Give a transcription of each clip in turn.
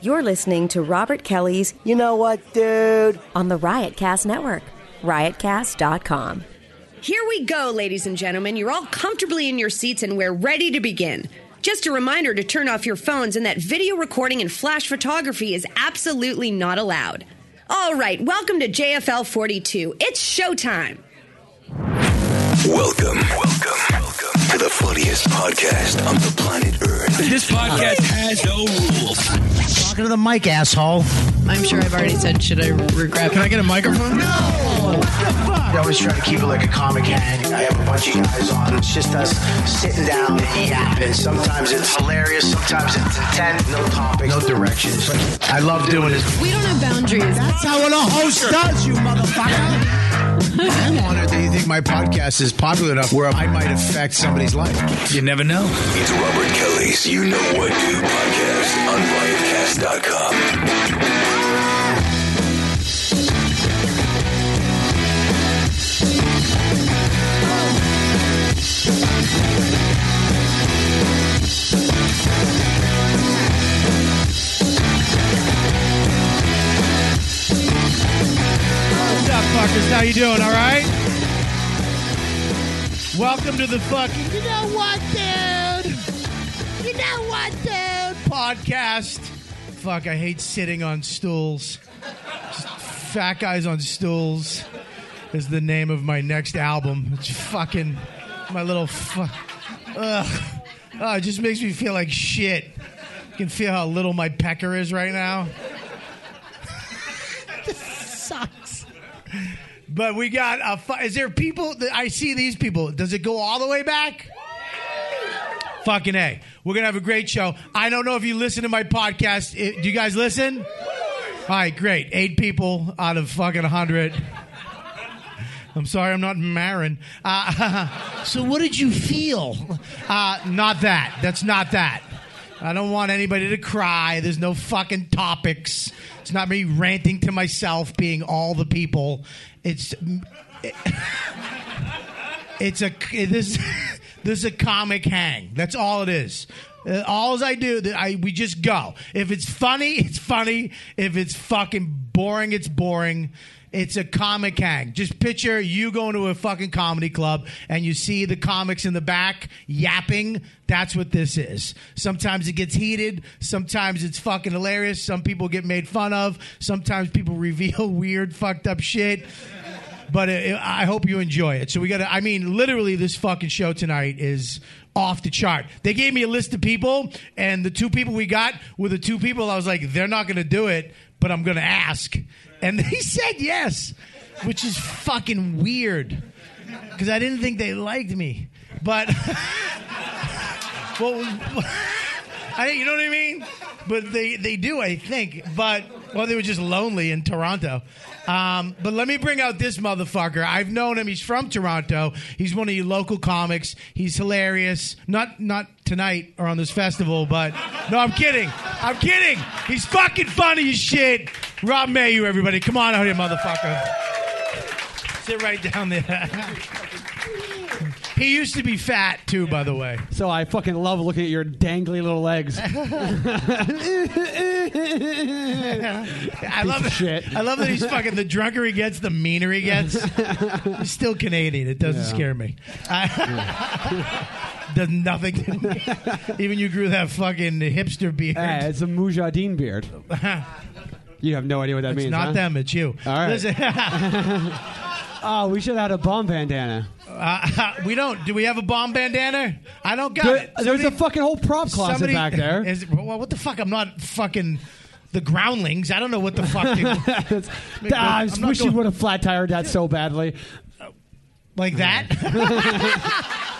You're listening to Robert Kelly's You know what, dude? on the Riotcast Network, riotcast.com. Here we go, ladies and gentlemen. You're all comfortably in your seats and we're ready to begin. Just a reminder to turn off your phones and that video recording and flash photography is absolutely not allowed. All right, welcome to JFL 42. It's showtime. Welcome, welcome, welcome to the funniest podcast on the planet Earth. This podcast has no rules. Talking to the mic, asshole. I'm sure I've already said, should I regret? Can I get a microphone? I always try to keep it like a comic hang. I have a bunch of guys on. It's just us sitting down and yapping. Sometimes it's hilarious. Sometimes it's intense. No topic. No directions. I love doing this. we don't have boundaries. That's how a host does, you motherfucker. I'm honored that you think my podcast is popular enough where I might affect somebody's life. You never know. It's Robert Kelly's You Know What Do podcast on riotcast.com. What's up, fuckers? How you doing? All right. Welcome to the fucking. You know what, dude? You know what, dude? Podcast. Fuck, I hate sitting on stools. Just fat guys on stools is the name of my next album. It's fucking my little. Fu- Ugh. Oh, it just makes me feel like shit. You can feel how little my pecker is right now. sucks. But we got a. Fu- is there people? That I see these people. Does it go all the way back? Fucking a. We're gonna have a great show. I don't know if you listen to my podcast. I- do you guys listen? All right, great. Eight people out of fucking hundred. I'm sorry, I'm not Marin. Uh, so, what did you feel? Uh, not that. That's not that. I don't want anybody to cry. There's no fucking topics. It's not me ranting to myself, being all the people. It's it's a this this is a comic hang. That's all it is. Uh, all I do, that I we just go. If it's funny, it's funny. If it's fucking boring, it's boring. It's a comic hang. Just picture you going to a fucking comedy club and you see the comics in the back yapping. That's what this is. Sometimes it gets heated. Sometimes it's fucking hilarious. Some people get made fun of. Sometimes people reveal weird, fucked up shit but it, it- I hope you enjoy it. So we got to, I mean, literally, this fucking show tonight is off the chart. They gave me a list of people, and the two people we got were the two people I was like, they're not going to do it, but I'm going to ask. And they said yes, which is fucking weird because I didn't think they liked me. But, well, I, you know what I mean? But they, they do, I think. But, well, they were just lonely in Toronto. Um, but let me bring out this motherfucker. I've known him. He's from Toronto. He's one of you local comics. He's hilarious. Not, not tonight or on this festival, but no, I'm kidding. I'm kidding. He's fucking funny as shit. Rob Mayu, everybody. Come on out here, motherfucker. Sit right down there. He used to be fat too, by the way. So Oh, I fucking love looking at your dangly little legs. I love of that, shit. I love that he's fucking. The drunker he gets, the meaner he gets. He's still Canadian. It doesn't Yeah. scare me. Does nothing. to me. Even you grew that fucking hipster beard. Hey, it's a mujahideen beard. You have no idea what that it's means. not huh? them. It's you. All right. Listen, uh, Oh, we should have had a bomb bandana. uh, we don't. Do we have a bomb bandana? I don't got There- it. there's a Somebody- fucking whole prop closet somebody- back there. is- well, what the fuck? I'm not fucking the groundlings. I don't know what the fuck. They, That's- Ah, I I'm just not wish you going- would have flat tired that so badly. Like that?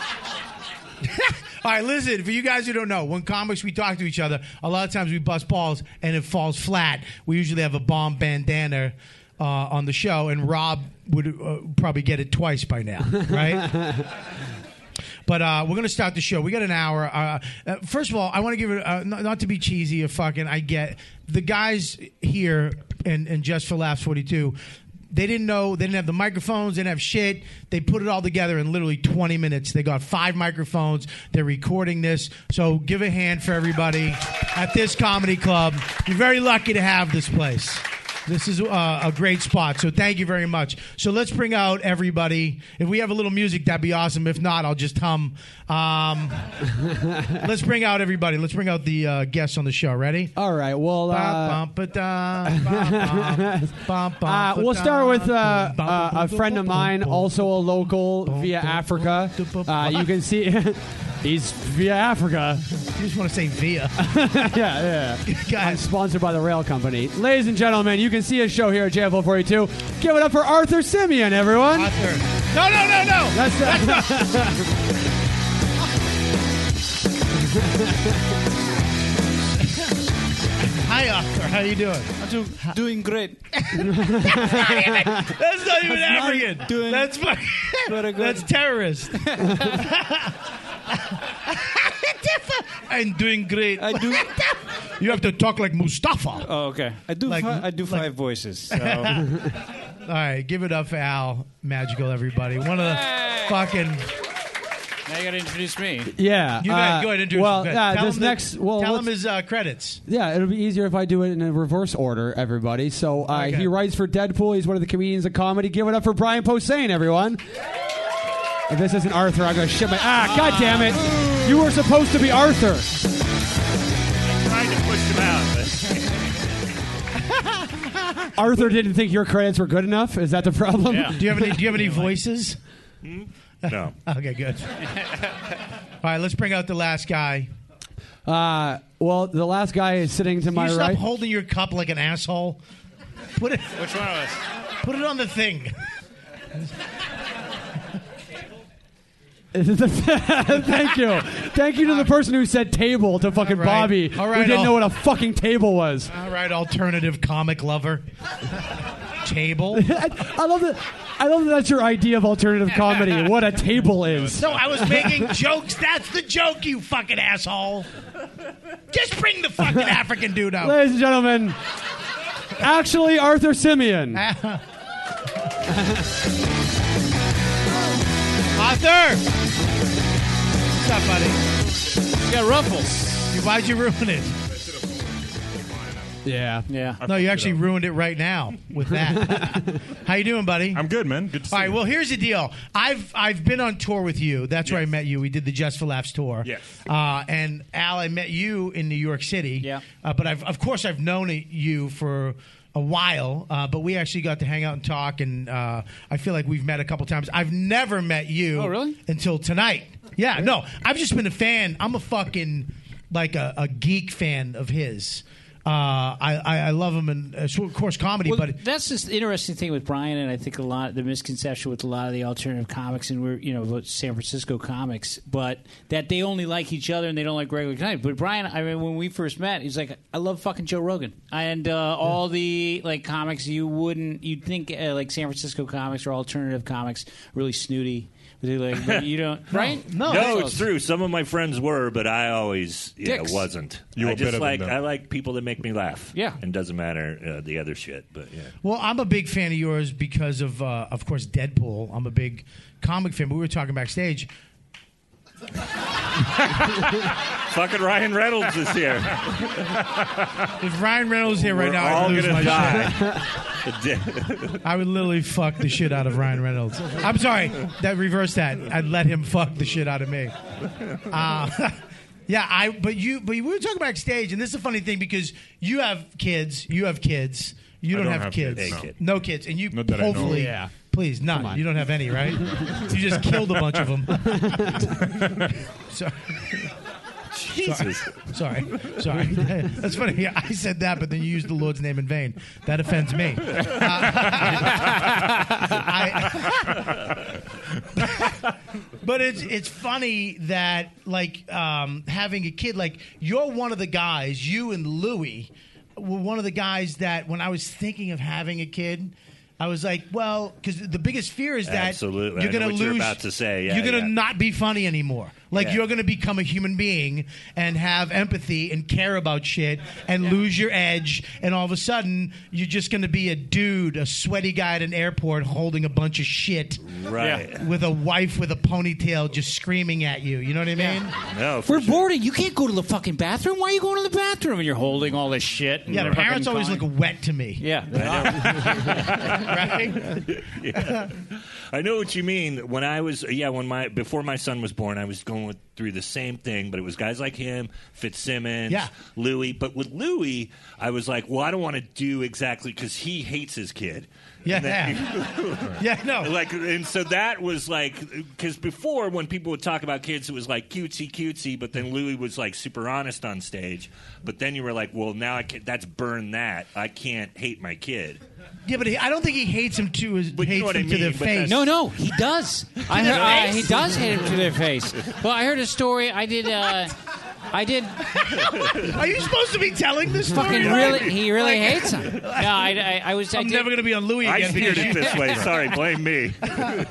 All right, listen, for you guys who don't know, when comics we talk to each other, a lot of times we bust balls and it falls flat. We usually have a bomb bandana uh, on the show, and Rob would uh, probably get it twice by now, right? But uh, we're going to start the show. We got an hour. Uh, uh, first of all, I want to give it, uh, not, not to be cheesy or fucking, I get the guys here and, and Just for Laughs 42, they didn't know, they didn't have the microphones, they didn't have shit. They put it all together in literally 20 minutes. They got five microphones. They're recording this. So give a hand for everybody. at this comedy club. You're very lucky to have this place. This is uh, a great spot, so thank you very much. So let's bring out everybody. If we have a little music, that'd be awesome. If not, I'll just hum. Um, let's bring out everybody. Let's bring out the uh, guests on the show. Ready? All right. Well, uh, Bum, bum, ba-dum, bum, bum, bum, bum, uh, we'll start with uh, ba-dum, uh, a friend of mine, also a local via Africa. Uh, you can see he's via Africa. You just want to say via. Yeah, yeah. I'm Guys, sponsored by the rail company. Ladies and gentlemen, you can see his show here at JFL 42. Give it up for Arthur Simeon, everyone. Arthur. No, no, no, no. That's uh, Hi, Arthur. How you doing? Doing great. That's not even African. doing- That's fucking. Very good. That's terrorist. I'm doing great. I do. You have to talk like Mustafa. Oh, okay. I do. Like- fi- I do like- five voices. So. All right, give it up for Al Magical, everybody. One of the fucking. now you gotta introduce me. yeah. You uh, guys go ahead and do Well, it. yeah, Tell this him the- next. well, tell let's- him his uh, credits. Yeah, it'll be easier if I do it in a reverse order, everybody. So uh, Okay. he writes for Deadpool. He's one of the comedians of comedy. Give it up for Brian Posehn, everyone. If this isn't Arthur, I'm going to shit my. Ah, god damn it. You were supposed to be Arthur. Trying to push him out. Arthur didn't think your credits were good enough. Is that the problem? Yeah. Do you have any? Do you have any voices? No. Okay, good. All right, let's bring out the last guy. Uh, well, the last guy is sitting to Can my you stop right. holding your cup like an asshole? Put it. Which one of us? Put it on the thing. Thank you. Thank you to the person who said table to fucking All right. Bobby, All who right, didn't I'll- know what a fucking table was. All right, alternative comic lover. Table. I, I love that. I love that that's your idea of alternative comedy. What a table is. No, Oh, I was making jokes. That's the joke, you fucking asshole. Just bring the fucking African dude out. Ladies and gentlemen, actually Arthur Simeon. Arthur! What's up, buddy? Yeah, Ruffles. Why'd you ruin it? Yeah. Yeah. No, you actually ruined it right now with that. How you doing, buddy? I'm good, man. Good to see All right. you. Well, here's the deal. I've I've been on tour with you. That's where I Yes. met you. We did the Just for Laughs tour. Yes. Uh, and Al, I met you in New York City. Yeah. Uh, but I've of course I've known you for a while. Uh, but we actually got to hang out and talk, and uh, I feel like we've met a couple times. I've never met you. Oh, really? Until tonight. Yeah. No, I've just been a fan. I'm a fucking like a, a geek fan of his. Uh, I, I I love him and uh, of course comedy, Well, but that's just the interesting thing with Brian, and I think a lot the misconception with a lot of the alternative comics, and we're you know about San Francisco comics, but that they only like each other and they don't like regular comedy. But Brian, I mean, when we first met, he's like, I love fucking Joe Rogan and uh, all the like comics you wouldn't you'd think uh, like San Francisco comics or alternative comics really snooty. They're like, but you don't right? No, That's- it's true. Some of my friends were, but I always yeah Dicks. wasn't. You were I a bit just of a like no. I like people that make me laugh. Yeah. and doesn't matter uh, the other shit. But yeah, Well, I'm a big fan of yours because of, uh, of course, Deadpool. I'm a big comic fan. But we were talking backstage. fucking Ryan Reynolds is here. If Ryan Reynolds here right We're now, all I'd lose gonna my shit. die. I would literally fuck the shit out of Ryan Reynolds. I'm sorry, that reversed that. I'd let him fuck the shit out of me. Uh, yeah, I. But you. But we were talking backstage, and this is a funny thing because you have kids. You have kids. You I don't, don't have, have kids. kids, no. Hey, kid. no. kids, and you Not that I know of. hopefully. Yeah. Please, none. on. You don't have any, right? you just killed a bunch of them. sorry. Jesus. Sorry, sorry. That's funny. I said that, but then you used the Lord's name in vain. That offends me. Uh, I- but it's it's funny that like um, having a kid. Like you're one of the guys. You and Louie were one of the guys that when I was thinking of having a kid. I was like, well, because the biggest fear is that Absolutely. I you're know going to what lose. you're about to say. Yeah, you're going to yeah. not be funny anymore. Like Yeah. you're going to become a human being and have empathy and care about shit and lose your edge. And all of a sudden, you're just going to be a dude, a sweaty guy at an airport holding a bunch of shit, Right. Yeah. With a wife with a ponytail just screaming at you. You know what I mean? No, We're boarding. You can't go to the fucking bathroom. Why are you going to the bathroom and you're holding all this shit? and Yeah, you're parents fucking always calling- look wet to me. Yeah, Yeah. I know what you mean. When I was yeah, when my before my son was born, I was going with, through the same thing, but it was guys like him, Fitzsimmons, Yeah. Louis. But with Louis, I was like, well, I don't want to do exactly because he hates his kid. Yeah. And yeah, no. Like, and so that was like, because before when people would talk about kids, it was like cutesy, cutesy, but then Louis was like super honest on stage. But then you were like, well, now I can't, that's burn that. I can't hate my kid. Yeah, but he, I don't think he hates him to his hates know what him I to their mean, but that's- face. No, no, he does. I their heard, I, face? he does hit him to their face. Well, I heard a story. I did. Uh, I did. Are you supposed to be telling this story? Fucking right? really, he really hates him. No, I, I, I was. I I'm did- never going to be on Louis again. I figured it this way. Sorry, blame me.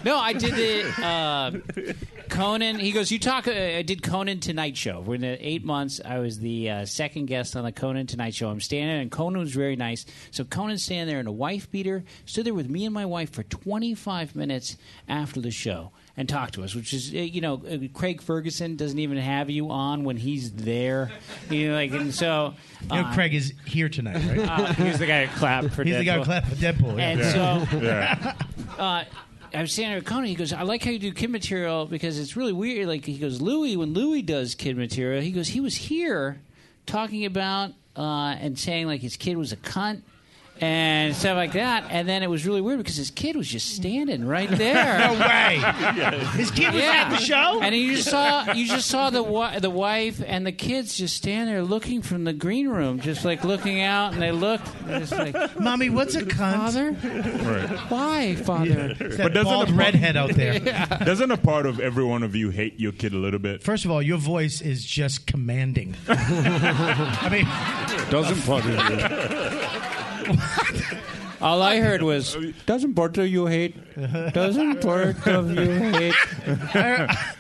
No, I did the uh, Conan. He goes, "You talk." Uh, I did Conan Tonight Show. We're in the eight months. I was the uh, second guest on the Conan Tonight Show. I'm standing, there, and Conan was very nice. So Conan's standing there in a wife beater, stood there with me and my wife for 25 minutes after the show. And talked to us, which is, uh, you know, uh, Craig Ferguson doesn't even have you on when he's there, you know, like, and so You know, uh, Craig is here tonight, right? uh, he's the guy who clapped for He's the guy who Deadpool. clapped for Deadpool. yeah. And so Yeah. uh, I was standing there with Conan. He goes, I like how you do kid material because it's really weird. Like he goes, Louis, when Louis does kid material, he goes, he was here talking about uh, and saying like his kid was a cunt. And stuff like that, and then it was really weird because his kid was just standing right there. No way. His kid was at the show? And you just saw you just saw the wi- the wife and the kids just stand there looking from the green room, just like looking out, and they looked and just like, Mommy, what's a cunt? father, why, father? It's that doesn't bald a- redhead out there. Doesn't a part of every one of you hate your kid a little bit? First of all, your voice is just commanding. I mean, Doesn't part of you. All I heard was, doesn't part of you hate? Doesn't part of you hate?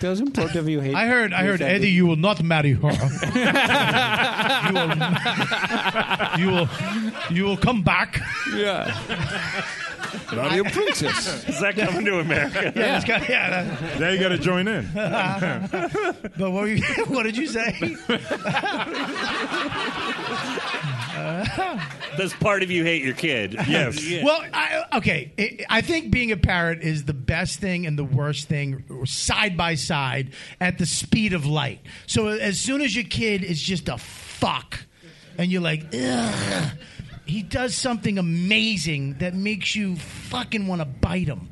Doesn't part of you hate? I heard, I heard, Eddie, you will not marry her. you, will, you will, you will come back. Not your princess. Is that coming to America? Yeah, this guy- yeah, that- Now you got to join in. But what, were you, what did you say? Does part of you hate your kid? Yes. Well, I, okay. I- I think being a parent is the best thing and the worst thing side by side at the speed of light. So as soon as your kid is just a fuck, and you're like, Ugh, he does something amazing that makes you fucking want to bite him.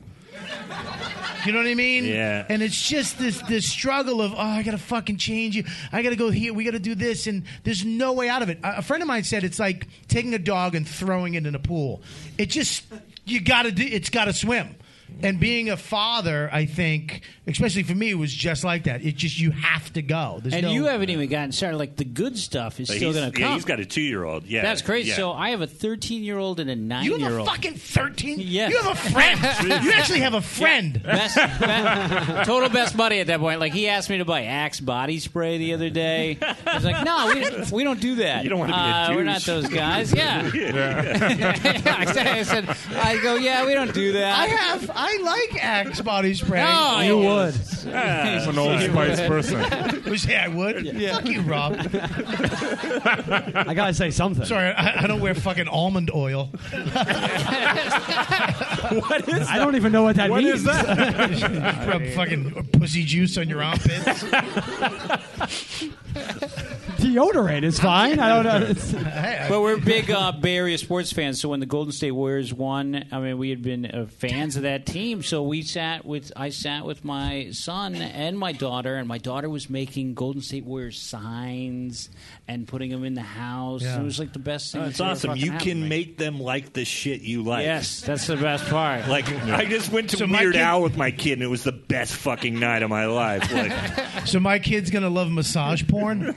You know what I mean? Yeah. And it's just this this struggle of oh, I gotta fucking change you. I gotta go here. We gotta do this, and there's no way out of it. A a friend of mine said it's like taking a dog and throwing it in a pool. It just you gotta do. It's gotta swim. And being a father, I think, especially for me, was just like that. It just you have to go. There's and no- you haven't even gotten started. Like the good stuff is But still he's- going to come. yeah, he's got a two-year-old. Yeah, That's crazy. Yeah. So I have a 13 year old and a nine You have year a old. fucking thirteen. Yes. You have a friend. you actually have a friend. Best, best- total best buddy at that point. Like he asked me to buy Axe body spray the other day. I was like, "No, we, we don't do that. You don't wanna be a uh, We're douche." not those guys." Yeah. I, said, I said, I go, "Yeah, we don't do that." I have. I like Axe body spray. No, You it was- Would. I'm an old spice person. Would you say Oh, I would? Fuck you, Rob. I gotta say something. Sorry, I, I don't wear fucking almond oil. I don't even know what that What means. is that? Rub fucking pussy juice on your armpits. Deodorant is fine. I don't know. It's, But we're big uh, Bay Area sports fans. So when the Golden State Warriors won, I mean, we had been uh, fans of that team. So we sat with, I sat with my son and my daughter, and my daughter was making Golden State Warriors signs and putting them in the house. Yeah. It was like the best thing. Oh, that's it's awesome. You can make them like the shit you like. Yes, that's the best part. Like I just went to So my Weird kid- Al with my kid, and it was the best fucking night of my life. Like, so my kid's gonna love massage porn. do you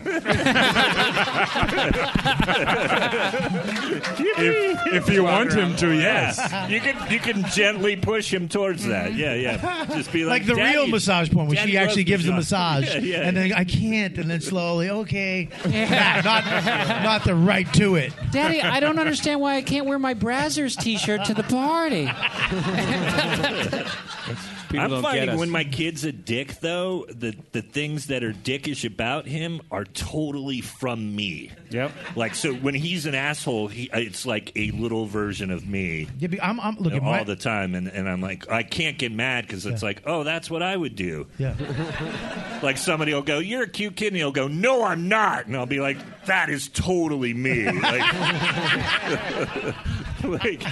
ever if, if you want him to, yes. you can you can gently push him towards that. Yeah, yeah. Just be like Mm-hmm. Like the "Daddy- real massage porn where Daddy she actually loves gives the massage." massage, Yeah, yeah. and then I can't, and then slowly, okay, not, not not the right to it. Daddy, I don't understand why I can't wear my Brazzers T-shirt to the party. I'm don't get finding us. when my kid's a dick, though, the the things that are dickish about him are totally from me. Yep. Like so, when he's an asshole, he it's like a little version of me. Yeah, be- I'm, I'm all looking my, the time, and, and I'm like, I can't get mad because it's like, oh, that's what I would do. Yeah. Like somebody will go, "You're a cute kid," and he'll go, "No, I'm not," and I'll be like, "That is totally me." Like, like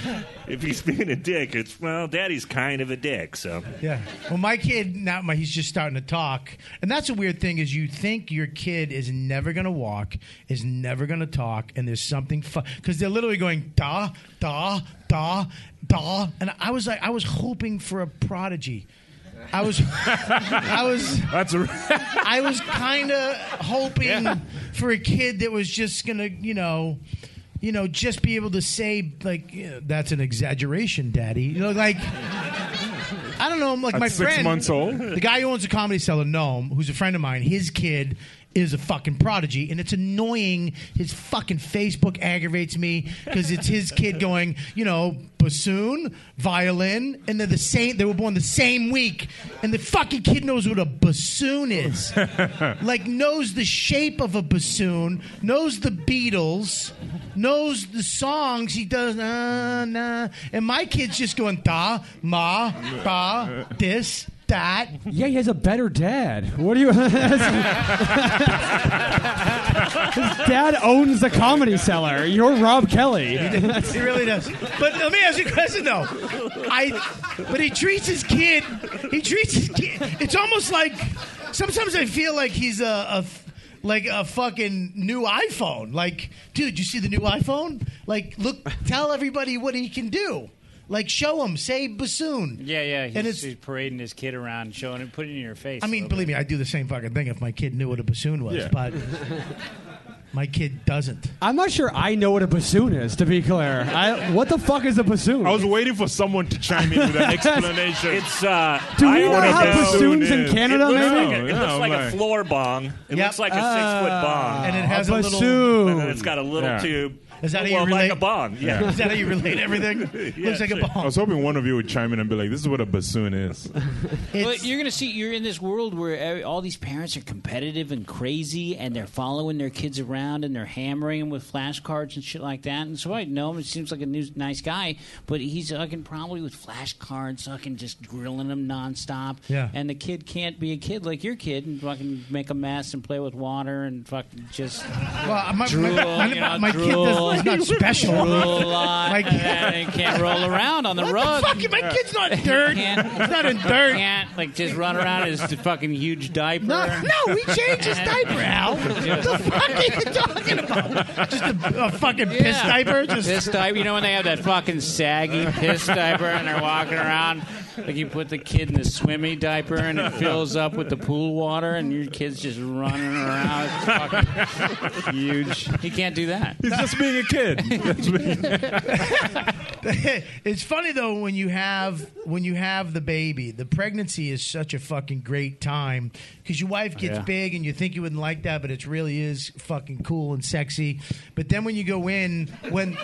if he's being a dick, it's well, Daddy's kind of a dick, so Yeah. Well, my kid now my, he's just starting to talk, and that's a weird thing is you think your kid is never going to walk, is never going to talk, and there's something because they're literally going da da da da, and I was like I was hoping for a prodigy. I was, I was, That's a, I was kind of hoping for a kid that was just gonna, you know, you know, just be able to say like, you know, "That's an exaggeration, Daddy." You know, like, I don't know. Like At my six friend, months old? the guy who owns a comedy cellar, Gnome, who's a friend of mine, his kid is a fucking prodigy, and it's annoying. His fucking Facebook aggravates me because it's his kid going, you know, bassoon, violin, and they're the same. They were born the same week, and the fucking kid knows what a bassoon is. like knows the shape of a bassoon, knows the Beatles, knows the songs. He does na na, and my kid's just going da ma ba this that. Yeah, he has a better dad. What do you? His dad owns the comedy cellar. You're Rob Kelly. he really does. But let me ask you a question though. I, but he treats his kid. He treats his kid. It's almost like sometimes I feel like he's a, a f- like a fucking new iPhone. Like, dude, you see the new iPhone? Like, look, tell everybody what he can do. Like, show him. Say bassoon. Yeah, yeah. He's, And it's- he's parading his kid around, showing it, putting it in your face. I mean, believe me, I'd do the same fucking thing if my kid knew what a bassoon was. Yeah. But my kid doesn't. I'm not sure I know what a bassoon is. To be clear, I, what the fuck is a bassoon? I was waiting for someone to chime in with an explanation. It's uh, Do I we not ordered have those. bassoons in Canada, It looks maybe? like a, it No, Oh, looks like no, a floor bong. It Yep. looks like a Ah, six foot bong, And it has a a little- bassoon. and then it's got a little Yeah. tube. Is that how you well, relate- like a bong? Yeah. Is that how you relate everything? Looks like a bong. I was hoping one of you would chime in and be like, "This is what a bassoon is." But you're going to see, you're in this world where every, all these parents are competitive and crazy, and they're following their kids around and they're hammering them with flashcards and shit like that. And so I know him; he seems like a new, nice guy, but he's fucking probably with flashcards, fucking just grilling them nonstop. Yeah. And the kid can't be a kid like your kid and fucking make a mess and play with water and fucking just Well, Uh, my- my- drool. my- you know, my kid drool. does- is not special. Drool a lot. My kid- and can't roll around on the What the rug. fuck? My kid's not dirt. Can't- He's not in dirt. Can't like just run around in his fucking huge diaper. No, no, we changed his diaper, Al. What the fuck are you talking about? Just a, a fucking piss diaper? Just piss diaper. You know when they have that fucking saggy piss diaper and they're walking around, like you put the kid in the swimmy diaper and it fills up with the pool water and your kid's just running around. It's fucking huge. He can't do that. He's just being a kid. it's funny though when you have when you have the baby, the pregnancy is such a fucking great time because your wife gets Yeah. big and you think you wouldn't like that, but it really is fucking cool and sexy. But then when you go in, when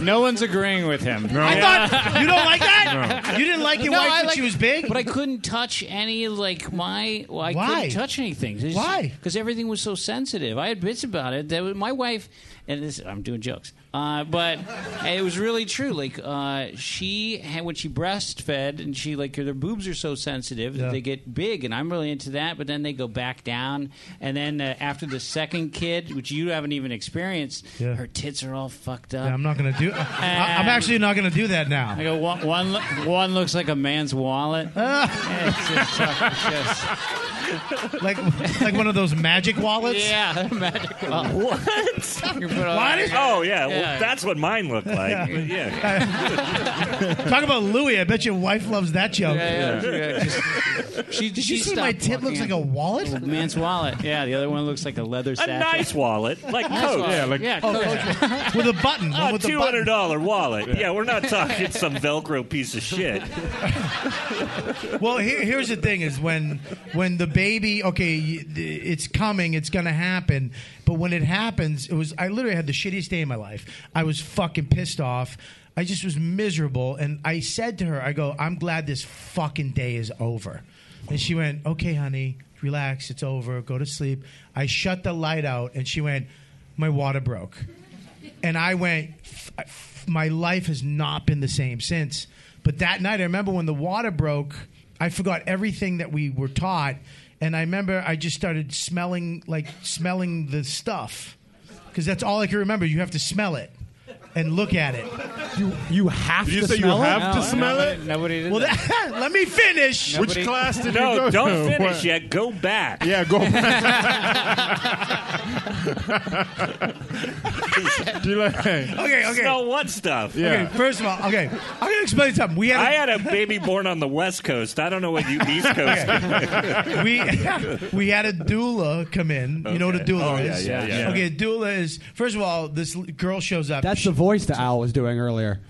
No one's agreeing with him. I thought you don't like that, you didn't like your No, wife I when like- she was big, but I couldn't touch any like my. Well, I Why? couldn't touch anything. Why? Because everything was so sensitive. I had bits about it that my wife and this. I'm doing jokes, uh, but it was really true. Like uh, she had when she breastfed and she like their boobs are so sensitive that Yeah. they get big, and I'm really into that. But then they go back down, and then uh, after the second kid, which you haven't even experienced, Yeah. her tits are all fucked up. Yeah, I'm not gonna do. I, I'm actually not gonna do that now. I go one, one, lo- one looks like a man's wallet. It's just tough. It's just- like like one of those magic wallets. Yeah, magic wallet. What? You put on- Oh Yeah. yeah, Well, that's what mine looked like. But yeah. Talk about Louis. I bet your wife loves that joke. Yeah, yeah, yeah, just- she, Did she you see my stopped tip looks walking like a wallet? in. man's wallet? Yeah, the other one looks like a leather satchel. nice wallet, like Nice Coach. wallet. Yeah, like- Coach. Oh, with a button. Oh, two hundred dollar wallet. Yeah. we're not talking some Velcro piece of shit. well, here, here's the thing: is when when the baby, okay, y- it's coming, it's gonna happen. But when it happens, it was I literally had the shittiest day of my life. I was fucking pissed off. I just was miserable, and I said to her, "I go, I'm glad this fucking day is over." And she went, "Okay, honey, relax. It's over. Go to sleep." I shut the light out, and she went, "My water broke." and I went. F- f- my life has not been the same since. But that night, I remember when the water broke, I forgot everything that we were taught, and I remember I just started smelling like smelling the stuff because that's all I can remember. You have to smell it and look at it. You you have Did you to say you smell it? have to No, smell nobody- it? nobody did well, that. that- let me finish. Which Nobody- class did you no, go don't to? finish What? yet. Go back. Yeah, go Okay, okay. Smell what stuff? Okay, first of all, okay, I'm gonna explain something. We had a- I had a baby born on the West Coast. I don't know what you East Coast. we we had a doula come in. You know what a Okay. doula Oh, yeah, is? yeah, yeah. Okay, a doula is first of all, this l- girl shows up. That's the voice that Al was doing earlier.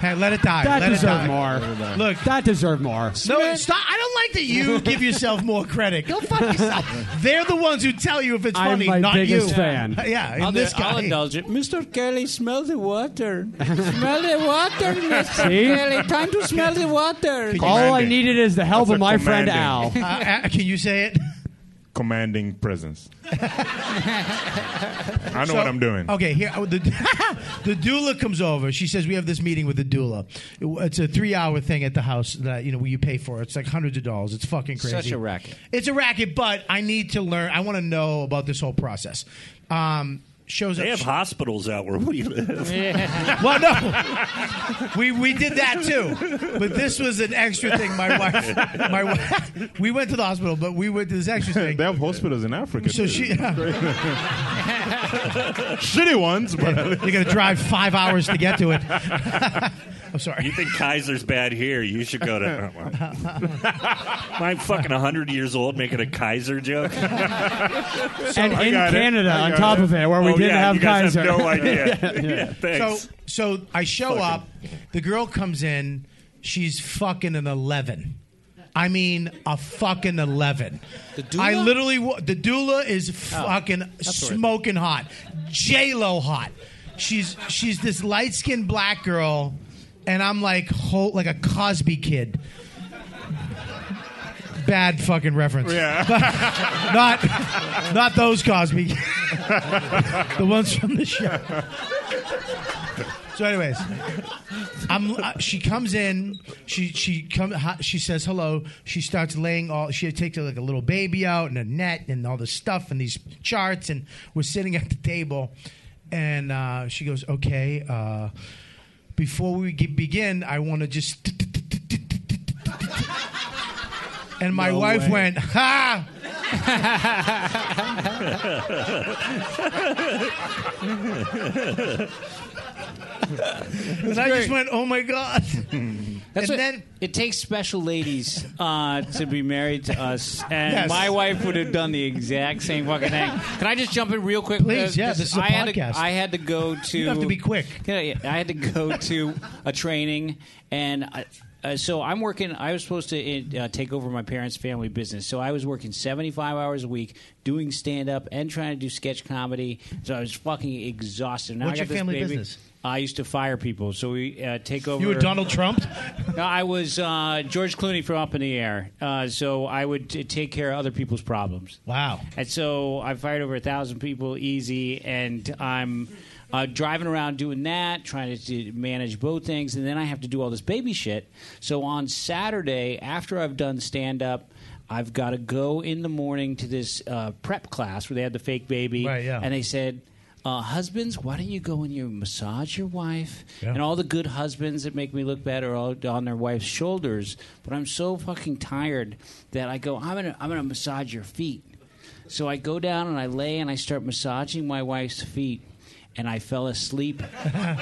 Hey, let it die. That let it deserved die. more. Look, that deserved more. No, stop! I don't like that you give yourself more credit. Go fuck yourself. They're the ones who tell you if it's I'm funny, my not biggest you. fan. Yeah, and I'll, do- this guy. I'll indulge it. Mr. Kelly, smell the water. smell the water, Mr. See? Kelly. Time to smell the water. All I needed is the help of my friend Al. Uh, can you say it? Commanding presence. I know So- what I'm doing. Okay, here oh, the, the doula comes over. She says we have this meeting with the doula. It- It's a three-hour thing at the house that you know you pay for. It's like hundreds of dollars. It's fucking crazy. Such a racket. It's a racket, but I need to learn. I want to know about this whole process. Um, shows They up. have hospitals out where we live. well, no, we we did that too, but this was an extra thing. My wife, my wife, we went to the hospital, but we went to this extra thing. They have hospitals in Africa. So too. she- shitty ones, but You're gonna drive five hours to get to it. I'm sorry. You think Kaiser's bad here? You should go Oh, to. Am I fucking hundred years old making a Kaiser joke? and I in got it. Canada, I on got top it. of it, where we Oh, didn't yeah, have you guys Kaiser. Have no idea. yeah, thanks. So, so I show up. The girl comes in. She's fucking an eleven. I mean, a fucking eleven. The doula? I literally wa- the doula is fucking what it- smoking hot, J Lo hot. She's she's this light skinned black girl, and I'm like ho- like a Cosby kid. Bad fucking reference. Yeah. not not those Cosby. the ones from the show. So, anyways, I'm. Uh, she comes in. She she come. hi- She says hello. She starts laying all. She takes like a little baby out and a net and all this stuff and these charts. And we're sitting at the table, and uh, she goes, "Okay, uh, before we ge- begin, I want to just." And my No wife way. went, "Ha!" And I just went, "Oh my god!" That's and what- then it takes special ladies uh, to be married to us, and Yes. my wife would have done the exact same fucking thing. Can I just jump in real quick? Please, yeah, just- this is a I had to- podcast. I had to go to. You have to be quick. Yeah, yeah, I had to go to a training, and I, uh, so I'm working. I was supposed to uh, take over my parents' family business, so I was working 75 hours a week doing stand up and trying to do sketch comedy. So I was fucking exhausted. Now I What's got your this family baby. business? I used to fire people, so we uh, take over. you were Donald Trump. No, I was uh, George Clooney from Up in the Air. Uh, so I would t- take care of other people's problems. Wow. And so I fired over a thousand people easy, and I'm uh, driving around doing that, trying to do- manage both things, and then I have to do all this baby shit. So on Saturday, after I've done stand up, I've got to go in the morning to this uh, prep class where they had the fake baby, Right, yeah. and they said. uh, husbands, why don't you go and you massage your wife? And all the good husbands that make me look bad are all on their wife's shoulders. But I'm so fucking tired that I go, I'm gonna, I'm gonna massage your feet. So I go down and I lay and I start massaging my wife's feet. And I fell asleep.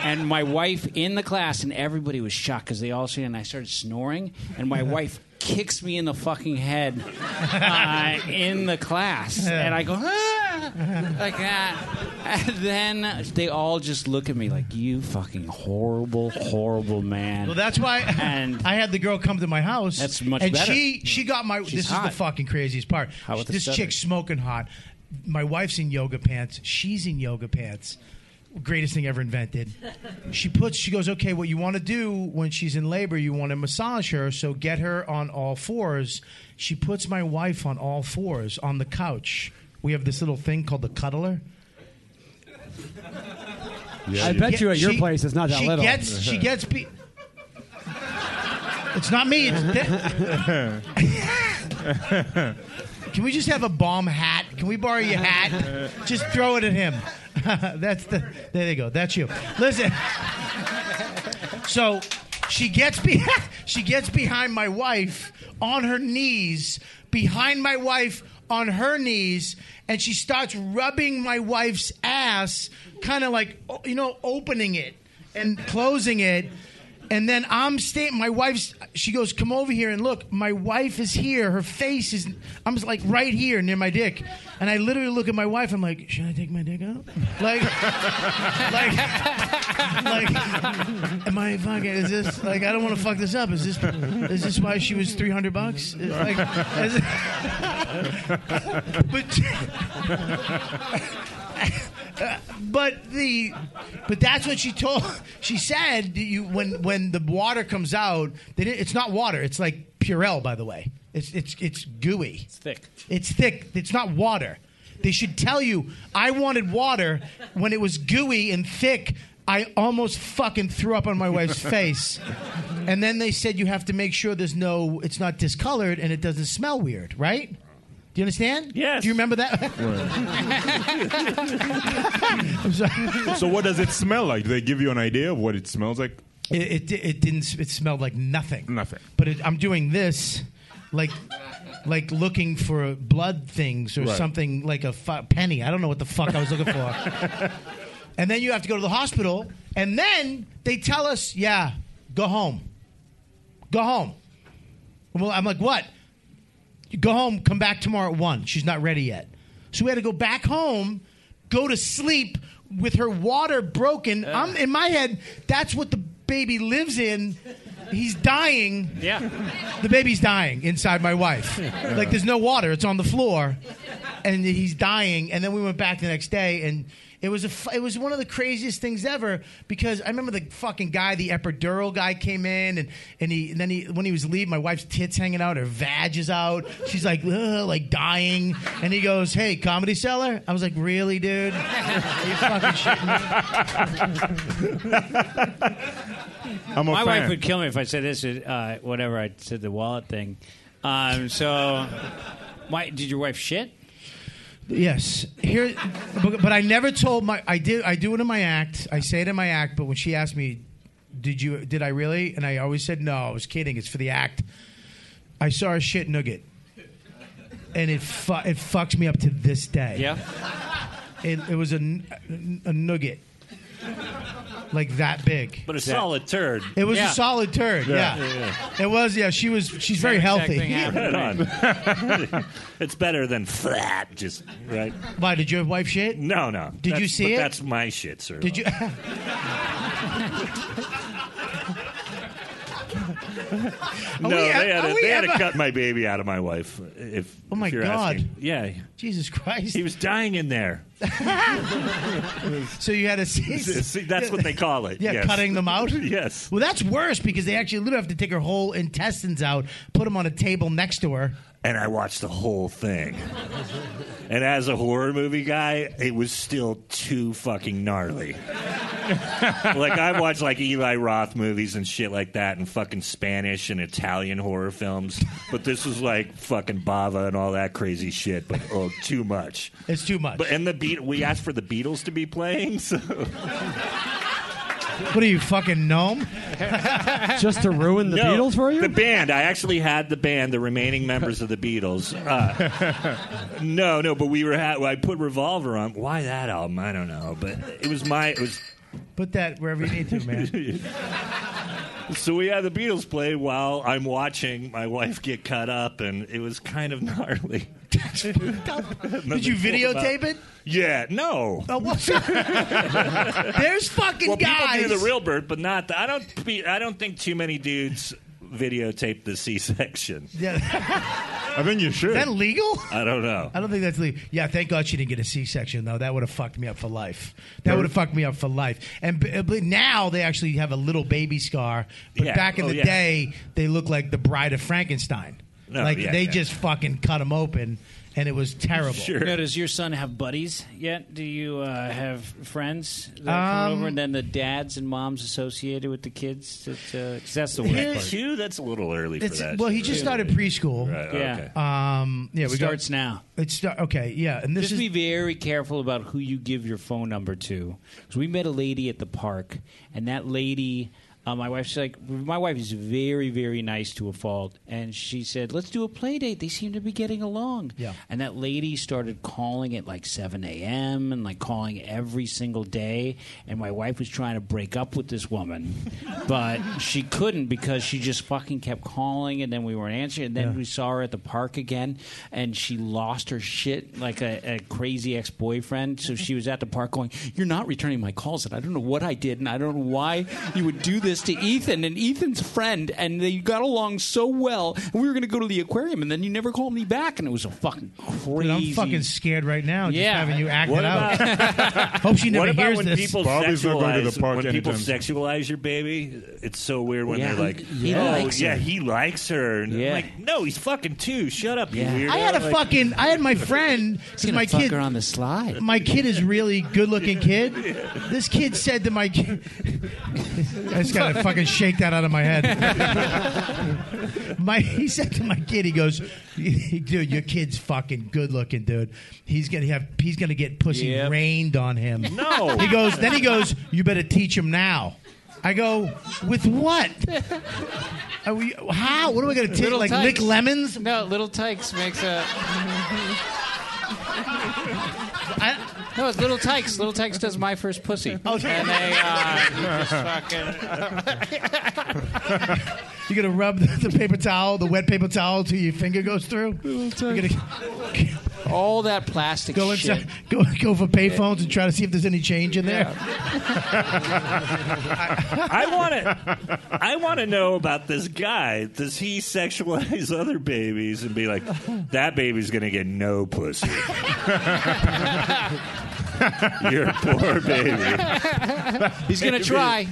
and my wife in the class, and everybody was shocked because they all seen it, and I started snoring. And my wife kicks me in the fucking head uh, in the class. And I go, ah! like that. And then they all just look at me like, you fucking horrible, horrible man. Well, that's why I had the girl come to my house. That's much and better. she she got my. She's this hot. is the fucking craziest part. Hot with the this stutter. chick's smoking hot. My wife's in yoga pants. She's in yoga pants. Greatest thing ever invented. She puts. She goes. Okay, what you want to do when she's in labor? You want to massage her. So get her on all fours. She puts my wife on all fours on the couch. We have this little thing called the cuddler. I She bet get- you at your she- place it's not that she little. Gets, she gets. Pe- it's not me. It's that- Can we just have a bomb hat? Can we borrow your hat? Just throw it at him. That's the. There you go. That's you. Listen. So she gets be- she gets behind my wife on her knees, behind my wife on her knees, and she starts rubbing my wife's ass, kind of like o- you know, opening it and closing it. And then I'm staying. My wife's. She goes, "Come over here and look." My wife is here. Her face is. I'm just like right here near my dick, and I literally look at my wife. I'm like, "Should I take my dick out?" Like, like like, am I fucking? Is this like? I don't want to fuck this up. Is this? Is this why she was three hundred bucks? Is- Like, is it- but. But the, but that's what she told. She said that you when when the water comes out, they didn't, it's not water. It's like Purell, by the way. It's it's it's gooey. It's thick. It's thick. It's not water. They should tell you. I wanted water when it was gooey and thick. I almost fucking threw up on my wife's face. And then they said you have to make sure there's no, it's not discolored and it doesn't smell weird, right? Do you understand? Yes. Do you remember that? so what does it smell like? Do they give you an idea of what it smells like? It, it it didn't. It smelled like nothing. Nothing. But it, I'm doing this, like, like looking for blood things or Right. something like a fu- penny. I don't know what the fuck I was looking for. and then you have to go to the hospital, and then they tell us, yeah, go home, go home. Well, I'm like, what? You go home, come back tomorrow at one. She's not ready yet. So we had to go back home, go to sleep with her water broken. I'm in my head, that's what the baby lives in. He's dying. Yeah. The baby's dying inside my wife. Like there's no water, it's on the floor. And he's dying. And then we went back the next day and it was a f- it was one of the craziest things ever because I remember the fucking guy, the epidural guy, came in and and he and then he when he was leaving, my wife's tits hanging out, her vag is out, she's like Ugh, like dying, and he goes, "Hey, comedy seller," I was like, "Really, dude? Are you fucking shitting me?" Oh, I'm a my fan. wife would kill me if I said this. Uh, whatever I said, the wallet thing. Um, so, why did your wife shit? Yes. Here, but, but I never told my. I did. I do it in my act. I say it in my act. But when she asked me, "Did you? Did I really?" and I always said, "No, I was kidding. It's for the act." I saw a shit nugget, and it fu- it fucks me up to this day. Yeah. It, it was a, n- a nugget, like that big. But a solid turd. It was a solid turd. Yeah. It was. Yeah. She was. She's very healthy. Right on. it's better than flat. Just right. Why did your wife shit? No, no. Did you That's- see but it? That's my shit, sir. Did you? No, we- they had, are to, Oh, we they had to ever- cut my baby out of my wife. If Oh, my if you're God. asking. yeah, Jesus Christ! he was dying in there. so you had a See, that's what they call it. Yeah, yes. cutting them out. yes. Well, that's worse because they actually literally have to take her whole intestines out, put them on a table next to her. And I watched the whole thing. and as a horror movie guy, it was still too fucking gnarly. like I watch like Eli Roth movies and shit like that, and fucking Spanish and Italian horror films. But this was like fucking Bava and all that crazy shit. But oh, too much. It's too much. But and the beat we asked for the Beatles to be playing, so What are you fucking gnome? Just to ruin the No, Beatles for you? The band. I actually had the band, the remaining members of the Beatles. Uh, no, no, but we were. Ha- I put Revolver on. Why that album? I don't know, but it was my. It was Put that wherever you need to, man. So we had the Beatles play while I'm watching my wife get cut up, and it was kind of gnarly. Did you videotape it? Yeah, no. Oh, what? There's fucking well, guys. people do the real birth, but not. The, I don't. Be, I don't think too many dudes videotape the C-section. I think you should. Is that legal? I don't know. I don't think that's legal. Yeah, thank God she didn't get a C-section though. That would have fucked me up for life. That would have fucked me up for life. And b- but now they actually have a little baby scar. But Yeah. back in Oh, the yeah. day, they look like the Bride of Frankenstein. No, like yeah, they yeah. just fucking cut them open, and it was terrible. Now, does your son have buddies yet? Do you uh, have friends that Um, come over, and then the dads and moms associated with the kids? Because that's the Here- weird part. Two? That's a little early It's, well, he just started preschool. Uh, Right, Yeah. Um. Yeah. We starts got, now. It start. Okay. Yeah. And this Just is be very careful about who you give your phone number to. Because we met a lady at the park, and that lady, uh, my wife's like, my wife is very, very nice to a fault, and she said, "Let's do a play date. They seem to be getting along." Yeah. And that lady started calling at like 7 a.m. and like calling every single day. And my wife was trying to break up with this woman, but she couldn't because she just fucking kept calling. And then we weren't answering. And then we saw her at the park again, and she lost her shit like a, a crazy ex boyfriend. So she was at the park going, You're not returning my calls. And I don't know what I did. And I don't know why you would do this to Ethan and Ethan's friend. And they got along so well. And we were going to go to the aquarium. And then you never called me back. And it was a fucking Dude, crazy. I'm fucking scared right now. Just Yeah. having you act What it out. Hope she never what about hears when this. people sexualize, when people sexualize your baby? It's so weird when Yeah. they're like, He "Oh, likes yeah, her." he likes her." And I'm Yeah. like, no, he's fucking two. Shut up, you weirdo. I had a Like- fucking. I had my friend. 'cause gonna my fuck kid her on the slide. My kid is really good-looking kid. This kid said to my kid, "I just gotta fucking shake that out of my head." my he said to my kid, he goes, "Dude, your kid's fucking good-looking, dude. He's gonna have. He's gonna get pussy Yep. rained on him." No. He goes. Then he goes. You better teach him now. I go with what? Are we, how? What am I going to take? Little Like lick tykes. lemons? No, Little Tykes makes a. no, it's Little Tykes. Little Tykes does my first pussy. And they uh, just fucking. You're gonna rub the, the paper towel, the wet paper towel, till your finger goes through. You're gonna all that plastic go shit. inside, go go for payphones and try to see if there's any change in there. I want to. I want to know about this guy. Does he sexualize other babies and be like, "That baby's gonna get no pussy." Your poor baby. He's gonna try.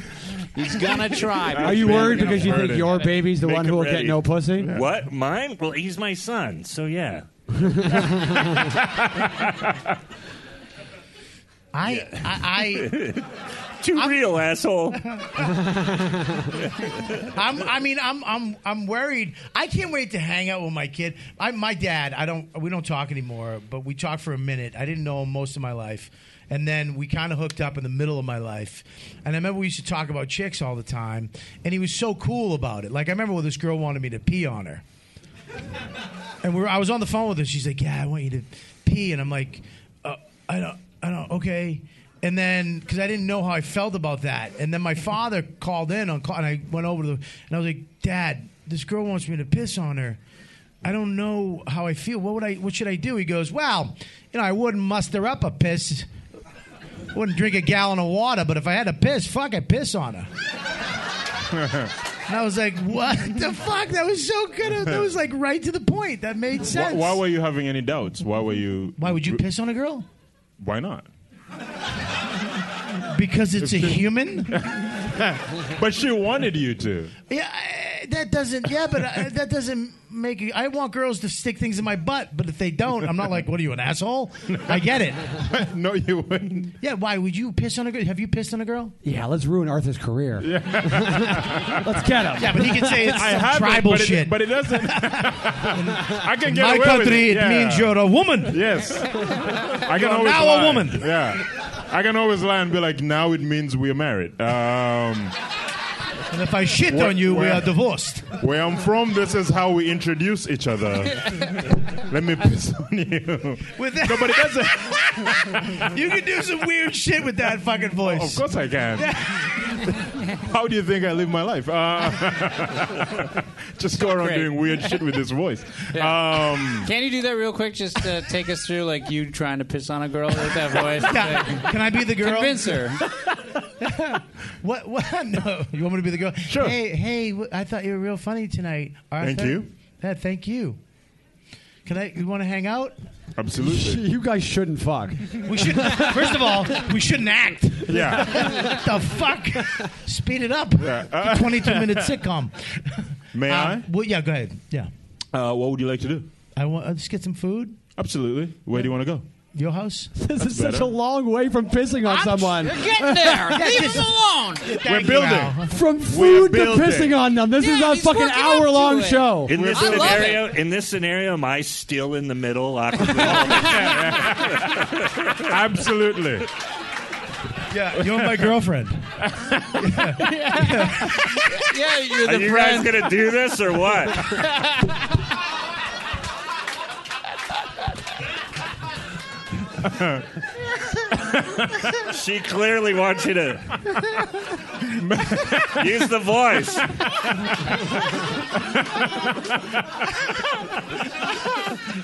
He's gonna try. Are you worried because you think your baby's the Make one who him will get ready. no pussy? What? Mine? Well, he's my son, so yeah. I, I, I too real asshole. I'm, I mean, I'm, I'm, I'm worried. I can't wait to hang out with my kid. I, my dad, I don't, we don't talk anymore, but we talked for a minute. I didn't know him most of my life, and then we kind of hooked up in the middle of my life. And I remember we used to talk about chicks all the time, and he was so cool about it. Like I remember when this girl wanted me to pee on her. And we were, I was on the phone with her. She's like, "Yeah, I want you to pee," and I'm like, uh, "I don't, I don't, okay." And then, because I didn't know how I felt about that, and then my father called in on, call, and I went over to, the, and I was like, "Dad, this girl wants me to piss on her. I don't know how I feel. What would I? What should I do?" He goes, "Well, you know, I wouldn't muster up a piss." Wouldn't drink a gallon of water, but if I had to piss, fuck, I piss on her. And I was like, "What the fuck? That was so good. That was like right to the point. That made Why, sense." why were you having any doubts? Why were you? Why would you piss on a girl? Why not? Because it's a human. but she wanted you to. Yeah, I, that doesn't. Yeah, but uh that doesn't make. it- I want girls to stick things in my butt, but if they don't, I'm not like, what are you, an asshole? I get it. no, you wouldn't. Yeah, why would you piss on a girl? Have you pissed on a girl? Yeah, let's ruin Arthur's career. Let's get him. Yeah, but he can say it's I some haven't, tribal but it- shit. but it doesn't. I can In get my away with country, it, it yeah. means you're a woman. Yes, I You can are always now a lie. woman. Yeah, I can always lie and be like, now it means we're married. Um, and if I shit on you, we are divorced. Where I'm from, this is how we introduce each other. Let me piss on you. With that, Nobody does it. you can do some weird shit with that fucking voice. Of course I can. How do you think I live my life? Uh, just go around Great. doing weird shit with this voice. Um, Can you do that real quick? Just uh, take us through, like you trying to piss on a girl with that voice. Yeah. Can I be the girl? Convince her. What? What? No. You want me to be the girl? Sure. Hey, hey! wh- I thought you were real funny tonight. Arthur. Thank you. Yeah, thank you. Can I? You want to hang out? absolutely. You guys shouldn't fuck. We should. first of all, we shouldn't act. Yeah. the fuck? Speed it up. Uh, Twenty-two minute sitcom. May Um, well, yeah. Go ahead. Yeah. I? Uh, what would you like to do? I want. uh, Let's get some food. Absolutely. Where do you want to go? Your house. This That's is such better. a long way from pissing on someone. You're getting there. Yeah, Leave just- him alone. We're building. From We're food to building. pissing on them. This Yeah, is a he's fucking working up hour long to it. show. In this I love scenario, in this scenario, am I still in the middle? awkwardly? Absolutely. Yeah. You're my girlfriend. Yeah, you're Are the you friend. guys gonna do this or what? she clearly wants you to use the voice.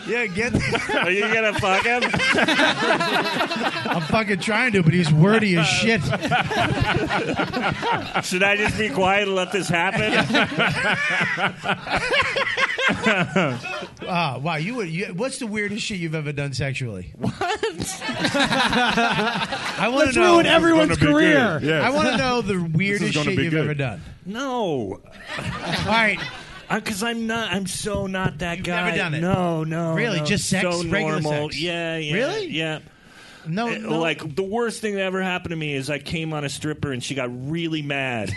yeah. Get. Are you gonna fuck him? I'm fucking trying to, but he's wordy as shit. Should I just be quiet and let this happen? Ah, wow. You would. You, what's the weirdest shit you've ever done sexually? What? I want Let's to know. ruin everyone's gonna be good. career. Yes. I want to know the This weirdest is gonna shit be you've good. ever done. no, All right. because I'm not. I'm so not that guy. never done it? No, no. Really? no. Just sex? So Regular normal. sex? Yeah, yeah. Really? Yeah. No, It- no. Like the worst thing that ever happened to me is I came on a stripper and she got really mad.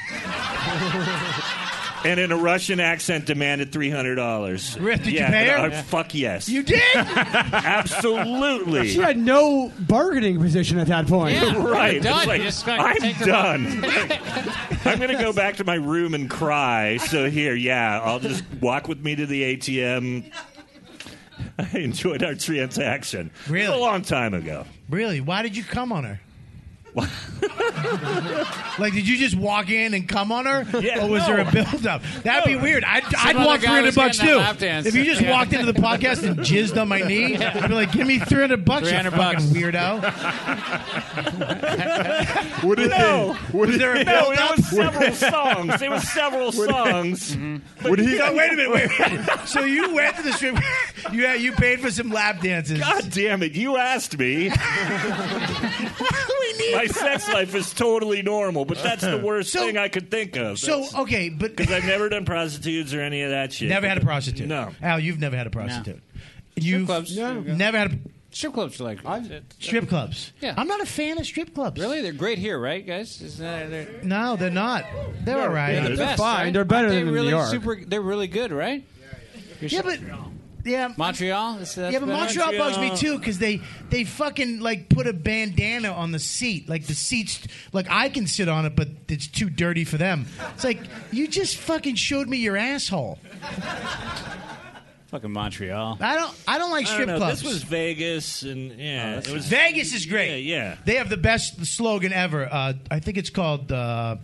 And in a Russian accent, demanded three hundred dollars. Riff, did you yeah, pay her? uh, fuck yes, you did. absolutely. She had no bargaining position at that point. Yeah. right. I'm done. It's like, You just fucking take I'm her- done. I'm going to go back to my room and cry. So here, yeah, I'll just walk with me to the ATM. I enjoyed our transaction. Really? It was a long time ago. Really? Why did you come on her? like, did you just walk in and come on her, Yeah, or was there no. a build-up? That'd be weird. I'd, I'd other walk guy three hundred was bucks getting too. that lap dance. If you just Yeah. walked into the podcast and jizzed on my knee, I'd be like, "Give me three hundred bucks, you 300 fucking bucks. weirdo." What do you No. think? What do you there a think? No, it was several songs. It was several songs. What do you So wait a minute. Wait. a minute. So you went to the strip. You had, you paid for some lap dances. God damn it! You asked me. My sex life is totally normal, but that's the worst So- thing I could think of. So okay, but because I've never done prostitutes or any of that shit. never had a prostitute. No. Al, you've never had a prostitute. You've clubs. No. never had a, Strip clubs are like strip clubs. Yeah. I'm not a fan of strip clubs. really they're great here, right, guys? Isn't that, they're, No, they're not. They're all right. they're the best, fine. right? They're better Aren't they than in really New York. Super, they're really good, right? Yeah, but yeah, Montreal. Is that yeah, but better? Montreal, bugs me Montreal. too because they they fucking like put a bandana on the seat, like the seats, like I can sit on it, but it's too dirty for them. It's like you just fucking showed me your asshole. Fucking Montreal. I don't I don't like I strip don't know. clubs. This was Vegas, and Oh, yeah, it was Vegas is great. Yeah, yeah. They have the best slogan ever. Uh, I think it's called uh,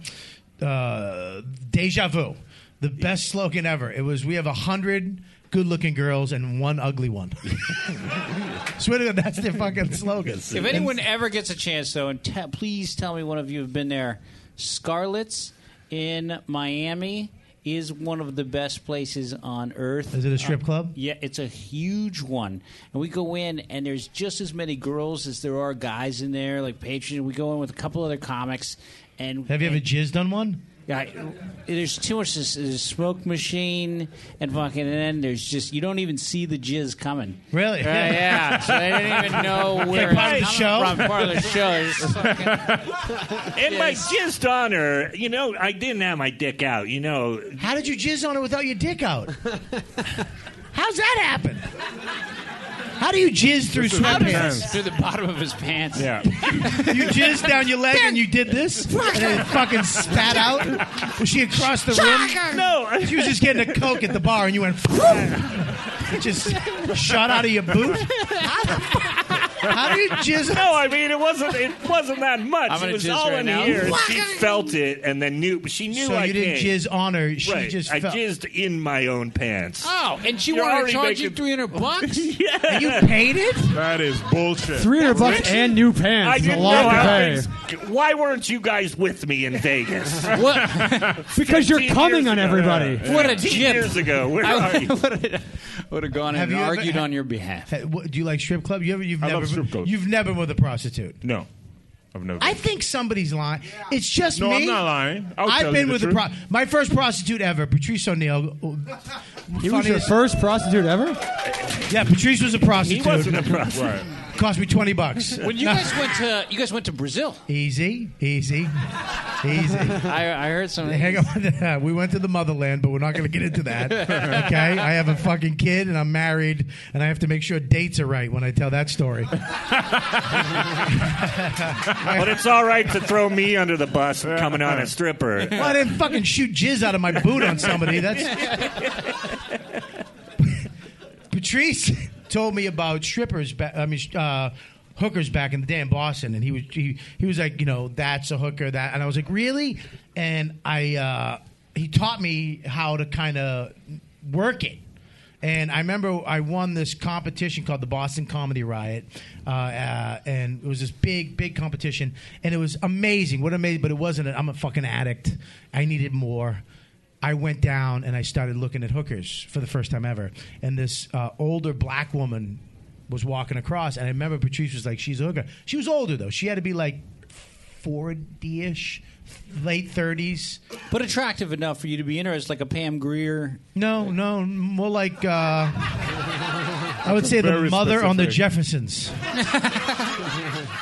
uh, Deja Vu. The best slogan ever. It was we have a hundred good-looking girls and one ugly one. Swear to God, that's their fucking slogan. If anyone ever gets a chance, though, and te- please tell me one of you have been there. Scarlet's in Miami is one of the best places on earth. Is it a strip club? Yeah, it's a huge one. And we go in, and there's just as many girls as there are guys in there, like patrons. We go in with a couple other comics. And Have you ever and- jizzed on one? I, there's too much. This, there's smoke machine and fucking, and then there's just you don't even see the jizz coming. Really? Right, Uh, yeah. So they didn't even know It's where like part of it the was show. coming from. Part of the show. It's just fucking- And my jizzed on her. You know, I didn't have my dick out. You know, How did you jizz on her without your dick out? How's that happen? How do you jizz through sweatpants? Through the bottom of his pants. Yeah. you jizzed down your leg and you did this, and then it fucking spat out. Was she across the room? No, she was just getting a coke at the bar, and you went. It just shot out of your boot. How do you jizz? No, I mean it wasn't. It wasn't that much. I'm gonna It was jizz all right in now. here. and She felt it and then knew. She knew. So I you didn't came. jizz on her, she right. just I felt- jizzed in my own pants. Oh, and she You're wanted to already charge you making- three hundred bucks. yeah. And you paid it? That is bullshit. 300 bucks and new I pants is a didn't know lot how to things- Why weren't you guys with me in Vegas? pay. because you're coming on everybody. What a 15 jip. years ago, where I are you? would have gone Have and you ever- argued on your behalf. Hey, what- Uh, Do you like strip club? You ever? You've I never. love strip been- clubs. You've never been with a prostitute. No, I've never. I think somebody's lying. It's just No, me. I'm not lying. I'll have tell been you the with truth. a pro- my first prostitute ever, Patrice O'Neill. He was your first prostitute ever? Yeah, Patrice was a prostitute. wasn't a prostitute. Right. Cost me twenty bucks. When you No. guys went to you guys went to Brazil. easy, easy, easy. I, I heard some. Hang on. to that. We went to the motherland, but we're not going to get into that. Okay. I have a fucking kid, and I'm married, and I have to make sure dates are right when I tell that story. but it's all right to throw me under the bus for coming on a stripper. Well, I didn't fucking shoot jizz out of my boot on somebody. That's Patrice told me about strippers. Ba- I mean, uh, hookers back in the day in Boston, and he was he, he was like, you know, that's a hooker. That, and I was like, really? And I uh, he taught me how to kind of work it. And I remember I won this competition called the Boston Comedy Riot, uh, uh, and it was this big, big competition, and it was amazing. What amazing! But it wasn't. i I'm a fucking addict. I needed more. I went down and I started looking at hookers for the first time ever. And this uh, older black woman was walking across, and I remember Patrice was like, "She's a hooker." She was older though. She had to be like forty ish, late thirties. But attractive enough for you to be interested, like a Pam Greer. No, no, more like uh, I would say the Very mother on the specific. Jeffersons.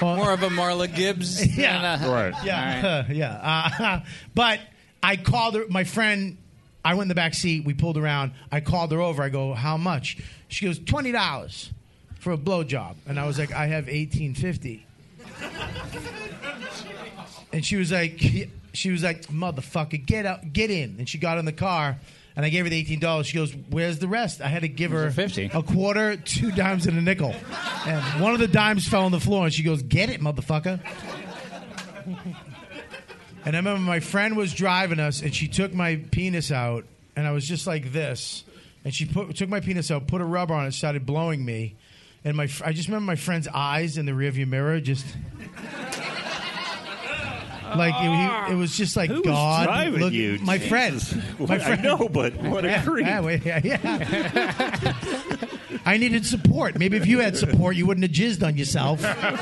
More of a Marla Gibbs. Yeah. than a- Yeah. All right. yeah. Uh, but I called her, my friend, I went in the back seat. We pulled around. I called her over. I go, how much? She goes, $20 for a blowjob. And I was like, I have 1850 and she was like, she was like, motherfucker, get out, get in. And she got in the car, and I gave her the eighteen dollars. She goes, where's the rest? I had to give her 50. a quarter, two dimes, and a nickel. And one of the dimes fell on the floor, and she goes, get it, motherfucker. And I remember my friend was driving us, and she took my penis out, and I was just like this, and she put, took my penis out, put a rubber on it, started blowing me, and my fr- I just remember my friend's eyes in the rearview mirror just. Like it, he, it was just like Who was God. driving look, you, my Jesus? friends, Well, my I friend. know, but what a yeah, creep. Yeah, wait, yeah, yeah. I needed support. Maybe if you had support, you wouldn't have jizzed on yourself. And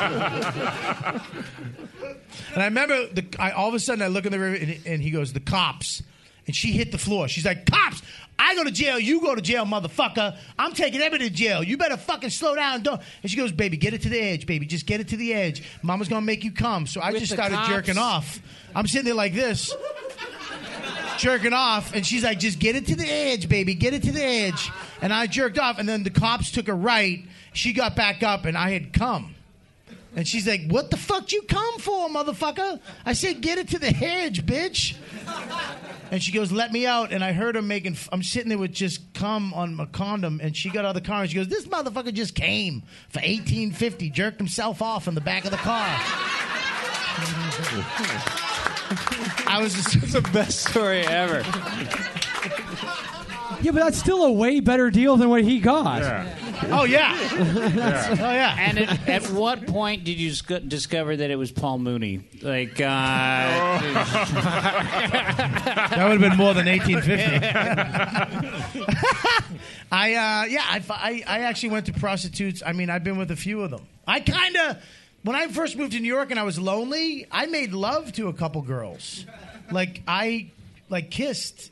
I remember the, I, all of a sudden I look in the river and, and he goes, the cops. And she hit the floor. She's like, cops, I go to jail, you go to jail, motherfucker. I'm taking everybody to jail. You better fucking slow down. Don't. And she goes, baby, get it to the edge, baby. Just get it to the edge. Mama's going to make you come. So I just the started cops? jerking off. I'm sitting there like this. Jerking off, and she's like, just get it to the edge, baby, get it to the edge. And I jerked off, and then the cops took a right. She got back up, and I had come. And she's like, What the fuck you come for, motherfucker? I said, Get it to the hedge, bitch. And she goes, Let me out. And I heard her making, f- I'm sitting there with just cum on my condom. And she got out of the car and she goes, This motherfucker just came for 1850, jerked himself off in the back of the car. I was just. That's the best story ever. Yeah, but that's still a way better deal than what he got. Oh, yeah. Oh, yeah. And at, at what point did you sc- discover that it was Paul Mooney? Like, uh, That would have been more than 1850. I uh, yeah, I, I I actually went to prostitutes. I mean, I've been with a few of them. I kind of when I first moved to New York and I was lonely, I made love to a couple girls. Like I like kissed.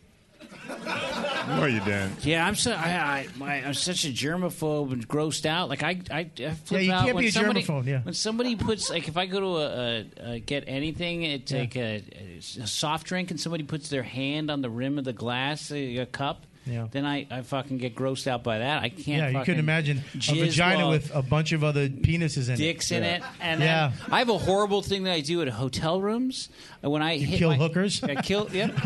No, you didn't. Yeah, I'm so I, I my, I'm such a germaphobe and grossed out. Like I, I, I flip you out can't when be a somebody, germaphobe, yeah. When somebody puts like if I go to a, a, a get anything, it take a, a soft drink and somebody puts their hand on the rim of the glass, uh, a, a cup. Yeah. Then I, I fucking get grossed out by that. I can't. yeah, you couldn't fucking imagine a jizz vagina while- with a bunch of other penises in dicks it. in it. And yeah. then I have a horrible thing that I do at hotel rooms uh, when I hit kill my- hookers? I kill. Yep.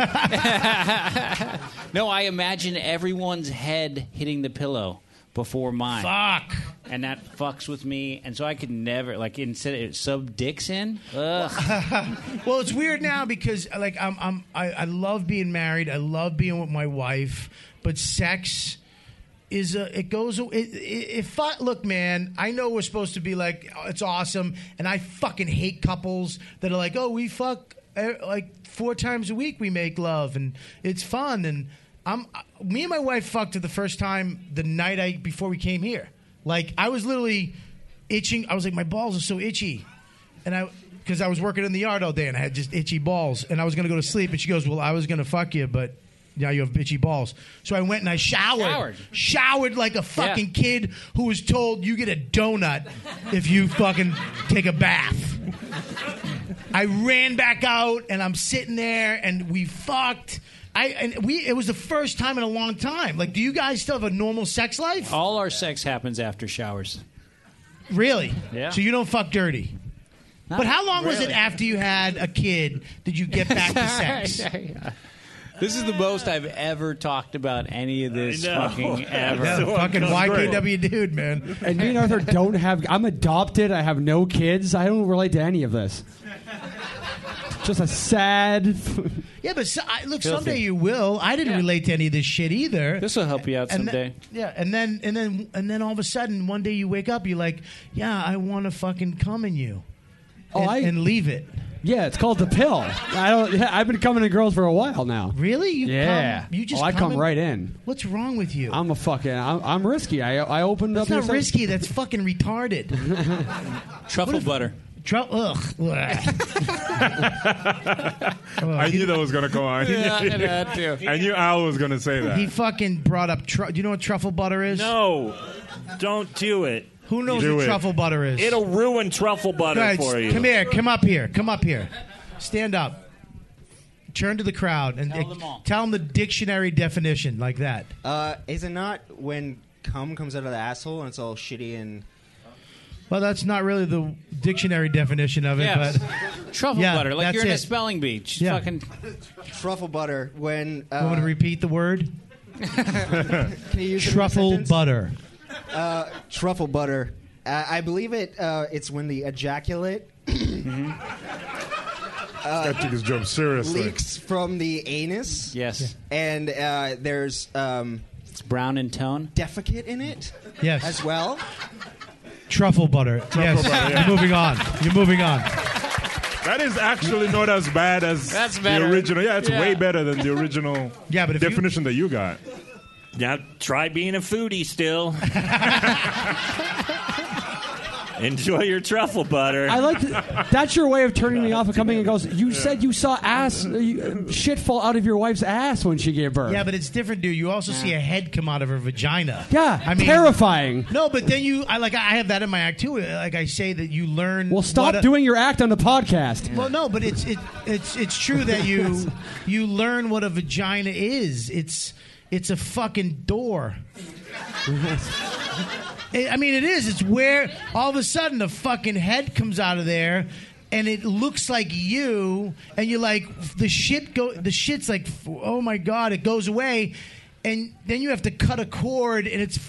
no, I imagine everyone's head hitting the pillow before mine. Fuck. And that fucks with me, and so I could never like instead of sub dicks in. uh, Ugh. well, it's weird now because like I'm, I'm I, I love being married. I love being with my wife, but sex is a it goes it, it, it fu- look man i know we're supposed to be like oh, it's awesome and i fucking hate couples that are like oh we fuck eh, like four times a week we make love and it's fun and i'm uh, me and my wife fucked for the first time the night i before we came here like i was literally itching i was like my balls are so itchy and I because I was working in the yard all day and I had just itchy balls and I was gonna go to sleep and she goes, well, I was gonna fuck you, but now you have bitchy balls. So I went and I showered, Showered. Showered like a fucking kid who was told you get a donut if you fucking take a bath. I ran back out and I'm sitting there and we fucked. I and we it was the first time in a long time. Like, do you guys still have a normal sex life? All our sex happens after showers. Really? Yeah. So you don't fuck dirty. Not but how long was it really. after you had a kid did you get back to sex? This is the most I've ever talked about any of this I know. fucking ever. Yeah, fucking YKW dude, man. And me and Arthur don't have. I'm adopted. I have no kids. I don't relate to any of this. Just a sad. Yeah, but so, I, look, Filthy. someday you will. I didn't relate to any of this shit either. This will help you out And someday. then- yeah, and then and then and then all of a sudden one day you wake up, you're like, yeah, I want to fucking come in you, Oh, and, I- and leave it. Yeah, it's called the pill. I don't. Yeah, I've been coming to girls for a while now. Really? You yeah. come- you just Oh, I come come in- right in. What's wrong with you? I'm a fucking. I'm, I'm risky. I I opened That's up. not your- risky. That's fucking retarded. Truffle butter. Tru- ugh. I knew that was going to come on. Oh, Yeah, I knew that I knew Al was going to say that. he fucking brought up. Tru- do you know what truffle butter is? No, don't do it. Who knows what truffle butter is? It'll ruin truffle butter Guys, for you. Come here. Come up here. Come up here. Stand up. Turn to the crowd and tell them, the dictionary definition like that. Uh, is it not when cum comes out of the asshole and it's all shitty and Well, that's not really the dictionary definition of it, Yes. but Truffle Yeah, butter, like that's you're in it. a spelling bee. Just Yeah. Fucking truffle butter? When uh, Want me to repeat the word? Can you use it in a truffle sentence? butter. uh, truffle butter. Uh, I believe it. Uh, it's when the ejaculate I took his job seriously. leaks from the anus. Yes. And uh, there's um, it's brown in tone. Defecate in it. Yes. As well. Truffle butter. yes. butter, yeah. You're moving on. You're moving on. That is actually not as bad as That's the better. original. Yeah, it's Yeah. way better than the original yeah, but definition that you got. Now try being a foodie still. Enjoy your truffle butter. I like th- that's your way of turning me off and coming and goes. You said you saw ass uh, you, uh, shit fall out of your wife's ass when she gave birth. Yeah, but it's different, dude. You also see a head come out of her vagina. Yeah, terrifying. No, but then you, I like, I have that in my act too. Like I say that you learn. Well, stop what a- doing your act on the podcast. Well, no, but it's it, it's it's true that you you learn what a vagina is. It's it's a fucking door. I I mean, it is. It's where all of a sudden a fucking head comes out of there, and it looks like you, and you're like the shit go. The shit's like, oh my god, it goes away, and then you have to cut a cord, and it's,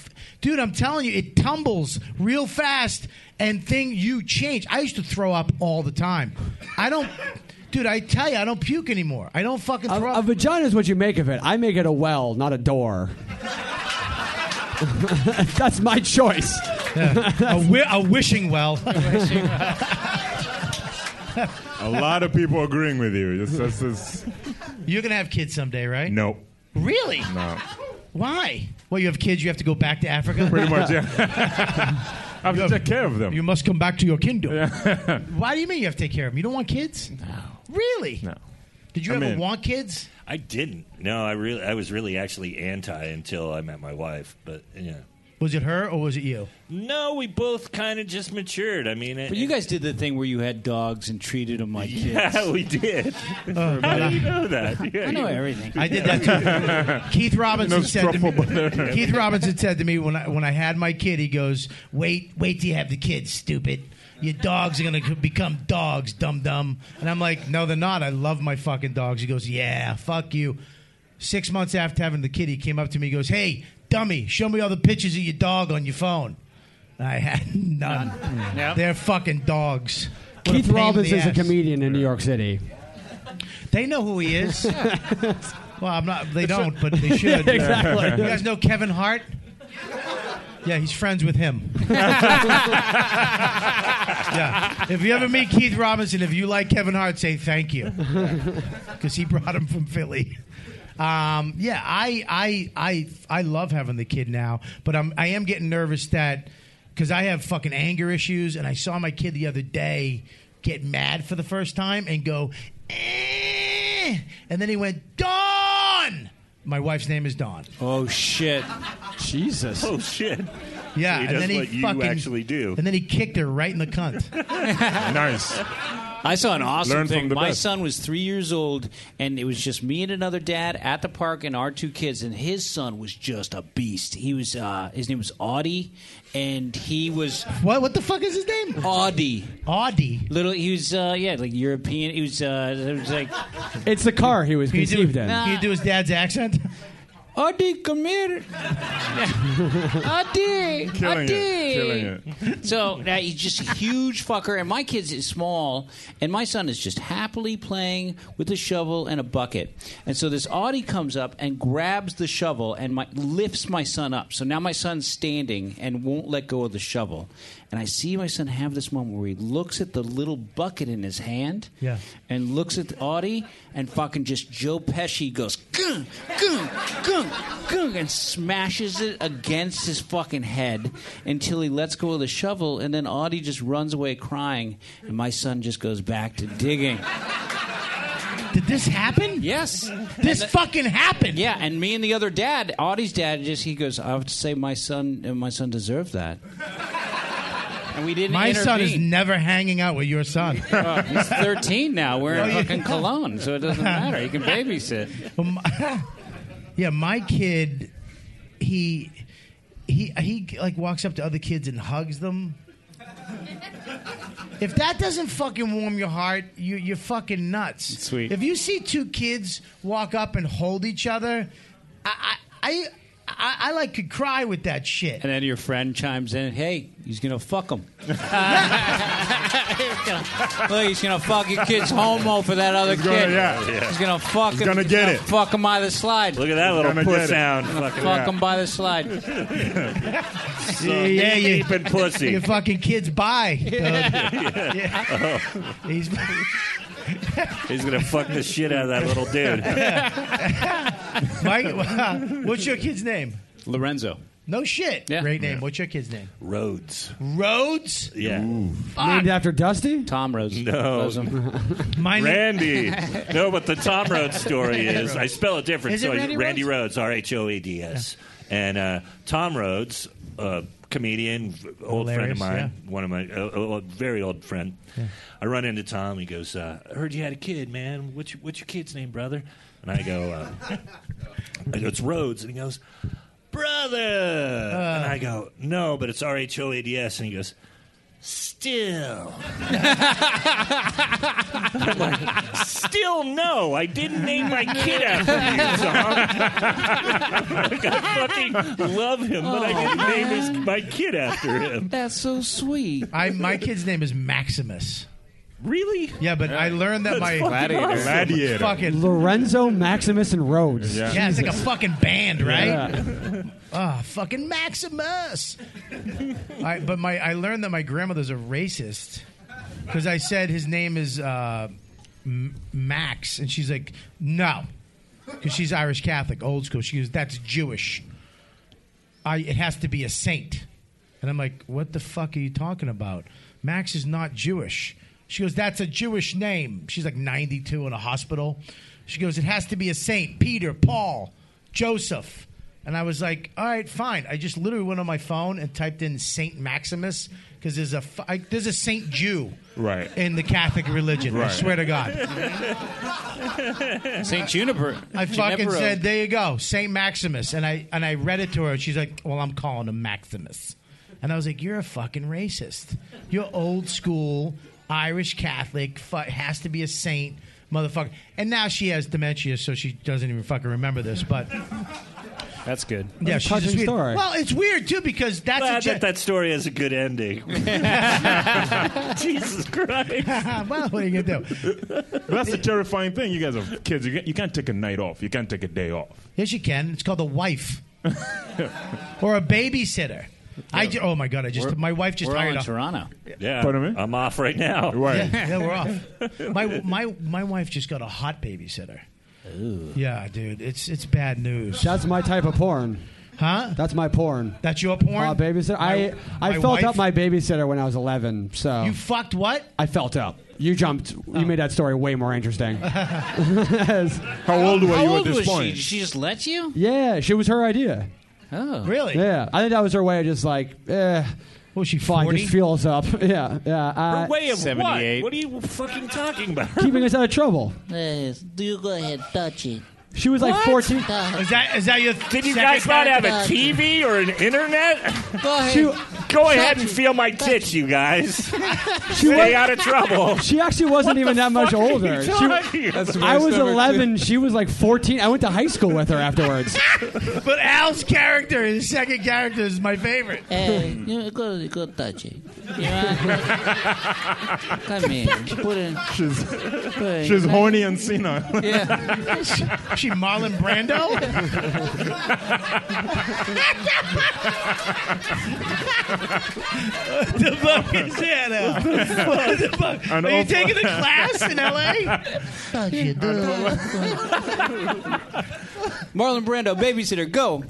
dude, I'm telling you, it tumbles real fast, and thing you change. I used to throw up all the time. I don't. Dude, I tell you, I don't puke anymore. I don't fucking A, throw a up. vagina is what you make of it. I make it a well, not a door. That's my choice. a, wi- a wishing well. A lot of people agreeing with you. This, this is You're gonna have kids someday, right? no, Really? no. Why? Well, you have kids. You have to go back to Africa. Pretty much, yeah. I have to take care of them. You must come back to your kingdom. Why do you mean you have to take care of them? You don't want kids? No. Really? No. Did you I ever mean- want kids? I didn't. No, I really, I was really actually anti until I met my wife. But yeah, Was it her or was it you? no, we both kind of just matured. I mean, it, But you guys did the thing where you had dogs and treated them like kids. yeah, we did. Oh, How man. do you know that? I know everything. I did that too. Keith Robinson No said to truffle butter. me, Keith Robinson said to me when I when I had my kid, he goes, "Wait, wait till you have the kids, stupid. Your dogs are gonna co- become dogs, dum dum." And I'm like, "No, they're not. I love my fucking dogs." He goes, "Yeah, fuck you." Six months after having the kid, he came up to me, he goes, "Hey, dummy, show me all the pictures of your dog on your phone." I had none. They're fucking dogs. What a pain Keith in the Robbins is a ass. comedian in New York City. They know who he is. well, I'm not. They don't, but they should. Yeah, exactly. You guys know Kevin Hart? Yeah, he's friends with him. yeah. If you ever meet Keith Robinson, if you like Kevin Hart, say thank you, because he brought him from Philly. Um, yeah, I, I, I, I love having the kid now, but I'm, I am getting nervous that because I have fucking anger issues, and I saw my kid the other day get mad for the first time and go, eh, and then he went, Dawn. My wife's name is Dawn. Oh shit! Jesus. Oh shit! Yeah, he and does then he what you fucking- actually do. And then he kicked her right in the cunt. nice. I saw an awesome Learn thing. from the My best. son was three years old, and it was just me and another dad at the park, and our two kids. And his son was just a beast. He was uh, his name was Audie, and he was what? What the fuck is his name? Audie. Audie. Little. He was uh, yeah, like European. He was uh, it was like It's the car he was Can you do- conceived in. Nah. Can you do his dad's accent? Audie, come here. Audie, Killing it. Audie. Killing it. So uh, he's just a huge fucker, and my kids is small, and my son is just happily playing with a shovel and a bucket. And so this Audie comes up and grabs the shovel and my, lifts my son up. So now my son's standing and won't let go of the shovel. And I see my son have this moment where he looks at the little bucket in his hand, Yeah. and looks at the Audi and fucking just Joe Pesci goes gung, gung, gung, gung, and smashes it against his fucking head until he lets go of the shovel and then Audie just runs away crying and my son just goes back to digging. Did this happen? Yes. This fucking happened. Yeah, and me and the other dad, Audie's dad, just he goes, I have to say my son and my son deserved that. And we didn't My son is intervene. never hanging out with your son. Uh, he's 13 now. We're in Oh, yeah. fucking Cologne, so it doesn't matter. He can babysit. Um, yeah, my kid, he, he, he like walks up to other kids and hugs them. If that doesn't fucking warm your heart, you, you're fucking nuts. sweet. If you see two kids walk up and hold each other, I, I, I, I, I like could cry with that shit. And then your friend chimes in, "Hey, he's gonna fuck him. Look, he's gonna fuck your kid's homo for that other He's gonna- kid. yeah, yeah. He's gonna fuck He's him. gonna get it. Fuck him by the slide. Look at that little Gonna get puss it. sound. Fuck Fucking him by the slide. yeah, yeah, you- deep in pussy. Your fucking kid's by. He's, He's gonna fuck the shit out of that little dude. Mike, what's your kid's name? Lorenzo. No shit. Yeah. Great name. What's your kid's name? Rhodes. Rhodes? Yeah. Fuck. Named after Dusty? Tom Rose. No. Loves him. My name- Randy. No, but the Tom Rhodes story is I spell it different. Is it so Randy Rhodes, R H O A D S, and uh, Tom Rhodes, uh, comedian, v- old friend Hilarious, of mine, one of my uh, uh, very old friend. I run into Tom. He goes, uh, "I heard you had a kid, man. What's your, what's your kid's name, brother?" And I go, uh, I go, "It's Rhodes," and he goes. Brother, and I go no, but it's R H O A D S, and he goes still. I'm like, still no. I didn't name my kid after you, Tom. I fucking love him, but I didn't name his, my kid after him. That's so sweet. I, my kid's name is Maximus. Really? Yeah, but I learned that my Gladiator. awesome. Gladiator. fucking Lorenzo, Maximus, and Rhodes. Yeah. yeah, it's like a fucking band, right? Yeah. Ah, fucking Maximus. I, but my I learned that my grandmother's a racist because I said his name is uh, M- Max, and she's like, no, because she's Irish Catholic, old school. She goes, that's Jewish. I, it has to be a saint. And I'm like, what the fuck are you talking about? Max is not Jewish. She goes, that's a Jewish name. She's like 92 in a hospital. She goes, it has to be a saint Peter, Paul, Joseph. And I was like, all right, fine. I just literally went on my phone and typed in Saint Maximus because there's a fu- I, there's a Saint Jew Right. in the Catholic religion. I Right. swear to God. St. Juniper. I fucking Junipero. said, "There you go, Saint Maximus," and I and I read it to her. and She's like, "Well, I'm calling him Maximus," and I was like, "You're a fucking racist. You're old school Irish Catholic. Fu- has to be a saint, motherfucker." And now she has dementia, so she doesn't even fucking remember this. But That's good. yeah, she's just weird. Well, it's weird too because that's Glad a gen- that that story has a good ending. Jesus Christ. Ah, well, what are you gonna do? But that's the terrifying thing. You guys are kids. You, can't- you can't take a night off. You can't take a day off. Yes, you can. It's called a wife or a babysitter. I ju- oh my god! I just We're- my wife just we're all hired in a- Toronto. Yeah. Pardon me? I'm off right now. Yeah, yeah, we're off. My my my wife just got a hot babysitter. Yeah, dude, it's it's bad news. That's my type of porn. Huh? That's my porn. That's your porn. Uh, babysitter. I My- I my felt wife? up my babysitter when I was 11. So You fucked what? I felt up. You jumped. Oh. You made that story way more interesting. How old How old was she? Did she just let you? Yeah, she was her idea. Oh, really? Yeah, I think that was her way of just like, eh. Well, she fine. 40? Just fuels up. Yeah, yeah. Uh, Her way of what? What are you fucking talking about? Keeping us out of trouble. do you go ahead, touch it. She was like What? 14. Is that is that your? Did second you guys not have a character? TV or an internet? Go ahead. Go ahead and feel my tits, you guys. Stay out of trouble. She actually wasn't even that much fuck are you older. She- talking That's about? I was worse number 11. She was like 14. I went to high school with her afterwards. But Al's character, his second character, is my favorite. Hey, you go, go touch it. Come here. Put it. She's, put it- she's horny and senile. Yeah. she Marlon Brando. what the fuck is that? Al? What the fuck? An Are you old- taking a class in L.A.? Marlon Brando, babysitter, go.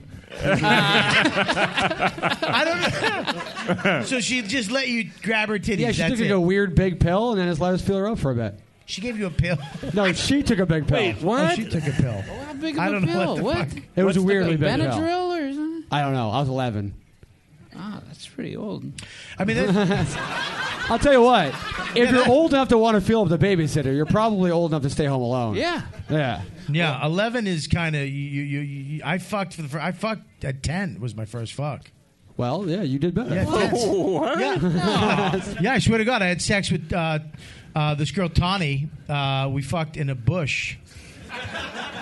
so she just let you grab her titties. yeah, she that's took like, it. a weird big pill and then just let us feel her up for a bit. She gave you a pill. No, she took a big pill. Wait, what? Oh, she took a pill. How big of I a don't know pill? what the what? fuck. It was a What's the weirdly big big pill. Benadryl or something? I don't know. I was 11. Ah, that's pretty old. I mean, I'll tell you what. If you're old enough to want to feel up the babysitter, you're probably old enough to stay home alone. Yeah. Yeah. Yeah, eleven is kind of you, you, you. I fucked for the first. I fucked at ten was my first fuck. Well, yeah, you did better. Yeah, yeah. yeah, I swear to God, I had sex with uh, uh, this girl Tawny. Uh, we fucked in a bush,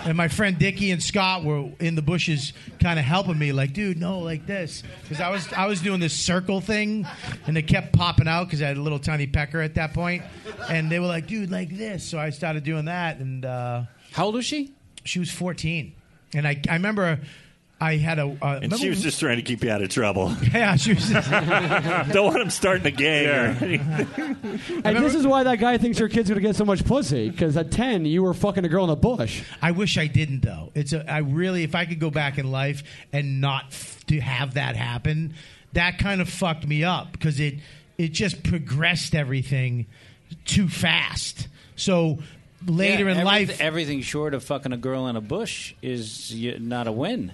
and my friend Dickie and Scott were in the bushes, kind of helping me, like, dude, no, like this, because I was I was doing this circle thing, and they kept popping out because I had a little tiny pecker at that point, and they were like, dude, like this. So I started doing that, and uh, how old was she? She was fourteen, and I I remember. I had a. Uh, And she was just trying to keep you out of trouble. Yeah, she was. Don't want him starting a gang or anything. And this is why that guy thinks your kid's going to get so much pussy, because at 10, you were fucking a girl in the bush. I wish I didn't though. It's a I really if I could go back in life and not f- to have that happen, that kind of fucked me up because it it just progressed everything too fast. So later Yeah, in everyth- life, everything short of fucking a girl in a bush is y- not a win.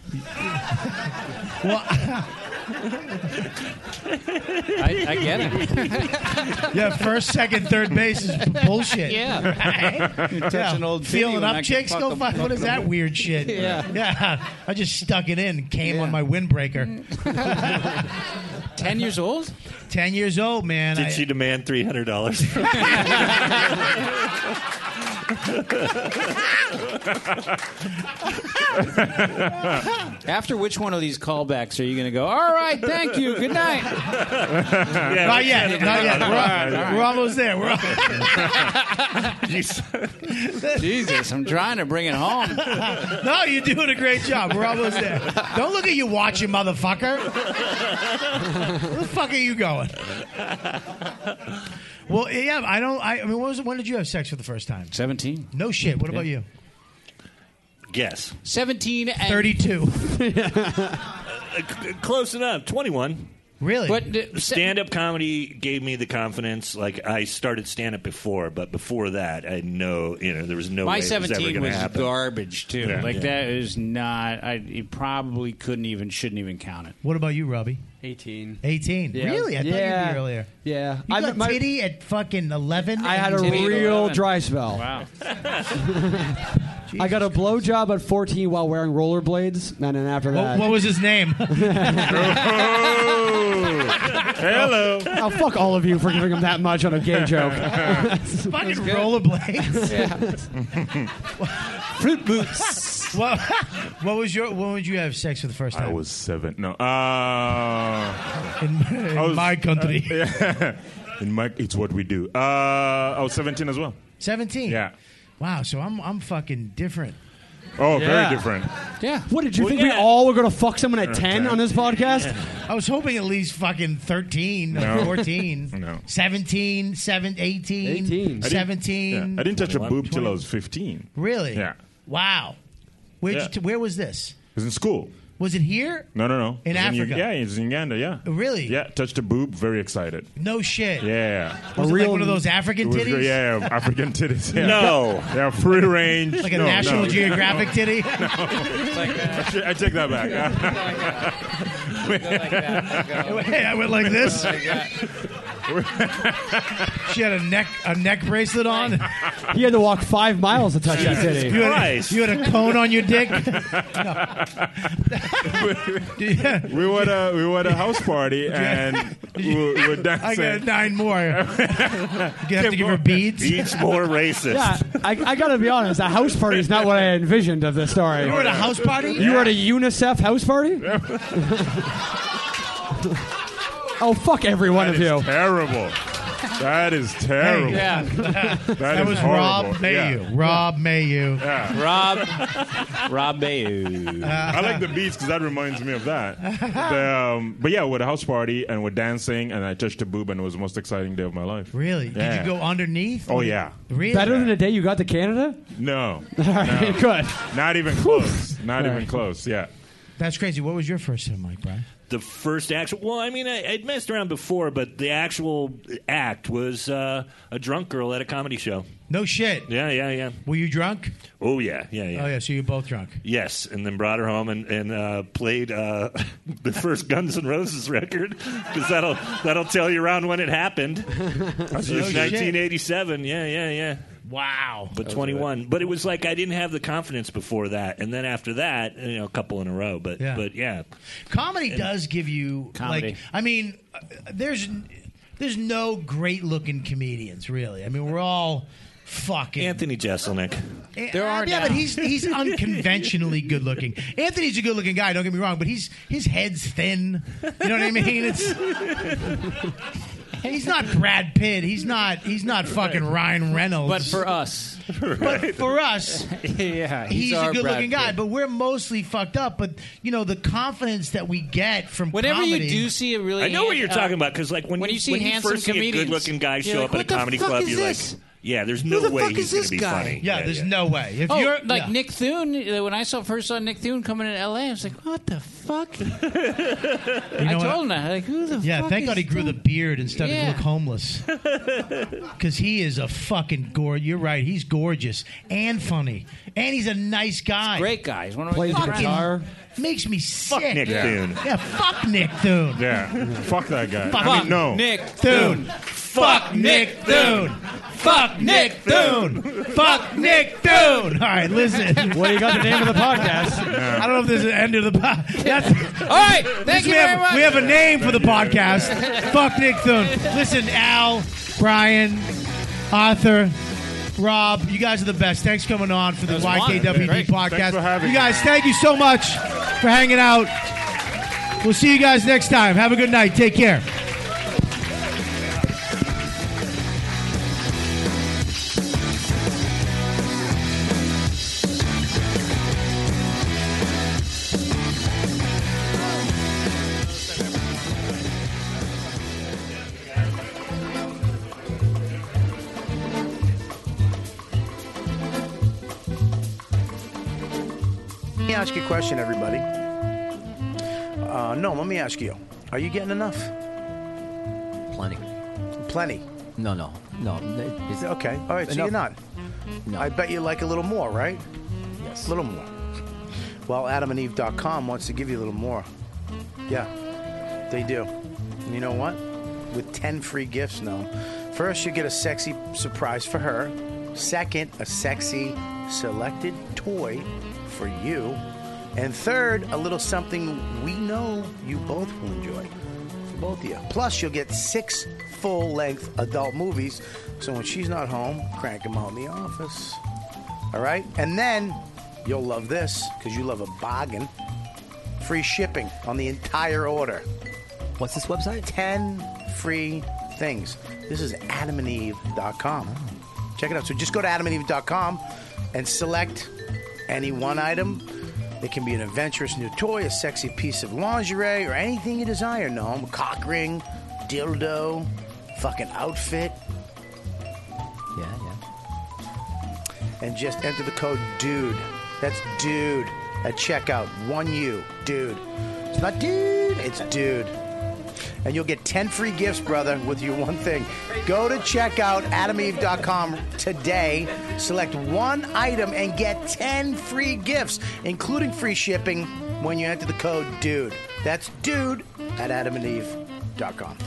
I, I get it. yeah, first, second, third base is bullshit. Yeah. Right? You touch an old titty feeling when I up can chicks. fuck Go a- fuck. What is that weird shit? Yeah. yeah. I just stuck it in, and came on my windbreaker. Ten years old. Ten years old, man. I- Did she demand three hundred dollars? After which one of these callbacks are you going to go? All right, thank you. Good night. not yet. Not yet. We're, we're almost there. We're Jesus, I'm trying to bring it home. no, you're doing a great job. We're almost there. Don't look at you watching, motherfucker. Where the fuck are you going? Well, yeah, I don't. I, I mean, when, was, when did you have sex for the first time? Seventeen. No shit. What about you? Guess. Seventeen and Thirty-two. Uh, c- close enough. Twenty-one. Really? stand up comedy gave me the confidence. Like I started stand up before, but before that, I had no, you know, there was no My way it was ever 17 going to was happen. garbage too. Yeah. Like Yeah. that is not. I it probably couldn't even shouldn't even count it. What about you, Robbie? 18. 18. Yeah. Really? I thought Yeah. you'd be earlier. Yeah. You I- got my- titty at fucking 11? I had a and- real dry spell. Wow. I got a blowjob at 14 while wearing rollerblades, and then after that, What, what was his name? Hello. Oh, fuck all of you for giving him that much on a gay joke. fucking rollerblades. Fruit boots. what, what was your? When would you have sex for the first time? I was seven. No, uh, in, I was, my country. uh, yeah. in my, it's what we do. Uh, I was seventeen as well. 17. Yeah. Wow. So I'm I'm fucking different. Oh, Yeah. very different. Yeah. What did you Well, think? We yeah. all were going to fuck someone at 10 Okay. on this podcast? I was hoping at least fucking 13, No. 14, No. 17, 7, 18, I 18. didn't- 17. yeah. I didn't touch a 21, boob till I 20. was fifteen. Really? Yeah. Wow. Where'd you Yeah. t- where was this? It was in school. Was it here? No, no, no. In It was Africa? yeah, it's in Uganda. Yeah. Really? Yeah. Touched a boob. Very excited. No shit. Yeah. Was it like one of those African It was titties? great. Yeah, yeah, African titties. Yeah. No. Yeah, free range. Like a No, National no. Geographic titty? Actually, I take that Uh, back. Hey, I went like this. she had a neck a neck bracelet on. He had to walk five miles to touch that Jesus city. You had, you had a cone on your dick. we were at a we were at a house party and we were, we were dancing. I got nine more. You have to give her beads. Each more racist. Yeah, I, I gotta be honest. A house party is not what I envisioned of this story. You were at a house party? You were at a UNICEF house party? oh fuck every one of you! Terrible. That is terrible. Hey. yeah. that is was horrible. Yeah. Rob Mayu. Rob Mayu. Rob, Rob Mayu. I like the beats because that reminds me of that. The, um, but yeah, we're at a house party and we're dancing, and I touched a boob, and it was the most exciting day of my life. Really? Yeah. Did you go underneath? Oh yeah. Really? Better than the day you got to Canada. No. All right, good. Not even close. Not All even right. close. Yeah. That's crazy. What was your first time, Mike Brian? the first actual. Well, I mean, I, I'd messed around before, but the actual act was uh, a drunk girl at a comedy show. No shit. Yeah, yeah, yeah. Were you drunk? Oh yeah, yeah, yeah. Oh yeah. So you both drunk. Yes, and then brought her home and and uh, played uh, the first Guns N' Roses record because that'll that'll tell you around when it happened. It was Oh, shit. 1987. Yeah, yeah, yeah. Wow. But 21. But it was like I didn't have the confidence before that, and then after that, you know, a couple in a row. But Yeah. but yeah, Comedy And- does give you Comedy. like I mean, uh, there's there's no great looking comedians really. I mean, we're all fucking. Anthony Jeselnik. Eh, There are yeah, but now. he's he's unconventionally good looking. Anthony's a good looking guy. Don't get me wrong, but he's his head's thin. You know what I mean? It's he's not Brad Pitt. He's not he's not fucking Ryan Reynolds. But for us, But for us, yeah, he's, a our good Brad looking guy, Pitt. but we're mostly fucked up. But you know the confidence that we get from Whenever comedy- you do see a really, I know what you're uh, talking about because like when, when you see when handsome first see a comedians, good-looking guy you're show like, up at a "What the comedy fuck club, is you're this? like, yeah, there's Who no the way fuck is he's going this to be guy? funny. Yeah, there's no way. If oh, you're like yeah. Nick Thune. uh, When I saw first saw Nick Thune coming in L.A., I was like, "What the fuck?" I know what? told him that. Like, who the Yeah, fuck thank is God he grew the beard instead Yeah. of look homeless. Because he is a fucking gorgeous. You're right. He's gorgeous and funny, and he's a nice guy. great guy? He's one of my Plays the favorite guitar. Makes me sick. Nick yeah. Thune. Yeah, fuck Nick Thune. Yeah. Fuck that guy. Fuck I mean, no. Nick Thune. Fuck Nick Thune. Fuck Nick Thune. Fuck Nick Thune. All right, listen. Well, you got the name of the podcast. I don't know if there's an end to the podcast. All right, thank you we, very have, much. we have a name for the podcast. Fuck Nick Thune. Listen, Al, Brian, Arthur, Rob, you guys are the best. Thanks for coming on for the was fun. YKWD Great. podcast. Thanks for having you me. guys, thank you so much for hanging out. We'll see you guys next time. Have a good night. Take care. Let me ask you a question, everybody. Uh, no, let me ask you. Are you getting enough? Plenty. Plenty. No, no, no. It's okay. All right, so you're not. No. I bet you like a little more, right? Yes. A little more. Well, adamandeve.com wants to give you a little more. Yeah, they do. And you know what? With 10 free gifts now. First, you get a sexy surprise for her. Second, a sexy selected toy for you. And third, a little something we know you both will enjoy for both of you. Plus, you'll get six full length adult movies. So when she's not home, crank them out in the office. All right? And then you'll love this because you love a bargain. Free shipping on the entire order. What's this website? 10 free things. This is adamandeve.com. Check it out. So just go to adamandeve.com and select any one item. It can be an adventurous new toy, a sexy piece of lingerie, or anything you desire, Noam. A cock ring, dildo, fucking outfit. Yeah, yeah. and just enter the code DUDE. That's DUDE at checkout. One U, DUDE. It's not DUDE, it's DUDE. And you'll get 10 free gifts, brother, with your one thing. Go to checkout, adameve.com today. Select one item and get 10 free gifts, including free shipping when you enter the code DUDE. That's DUDE at adamandeve.com.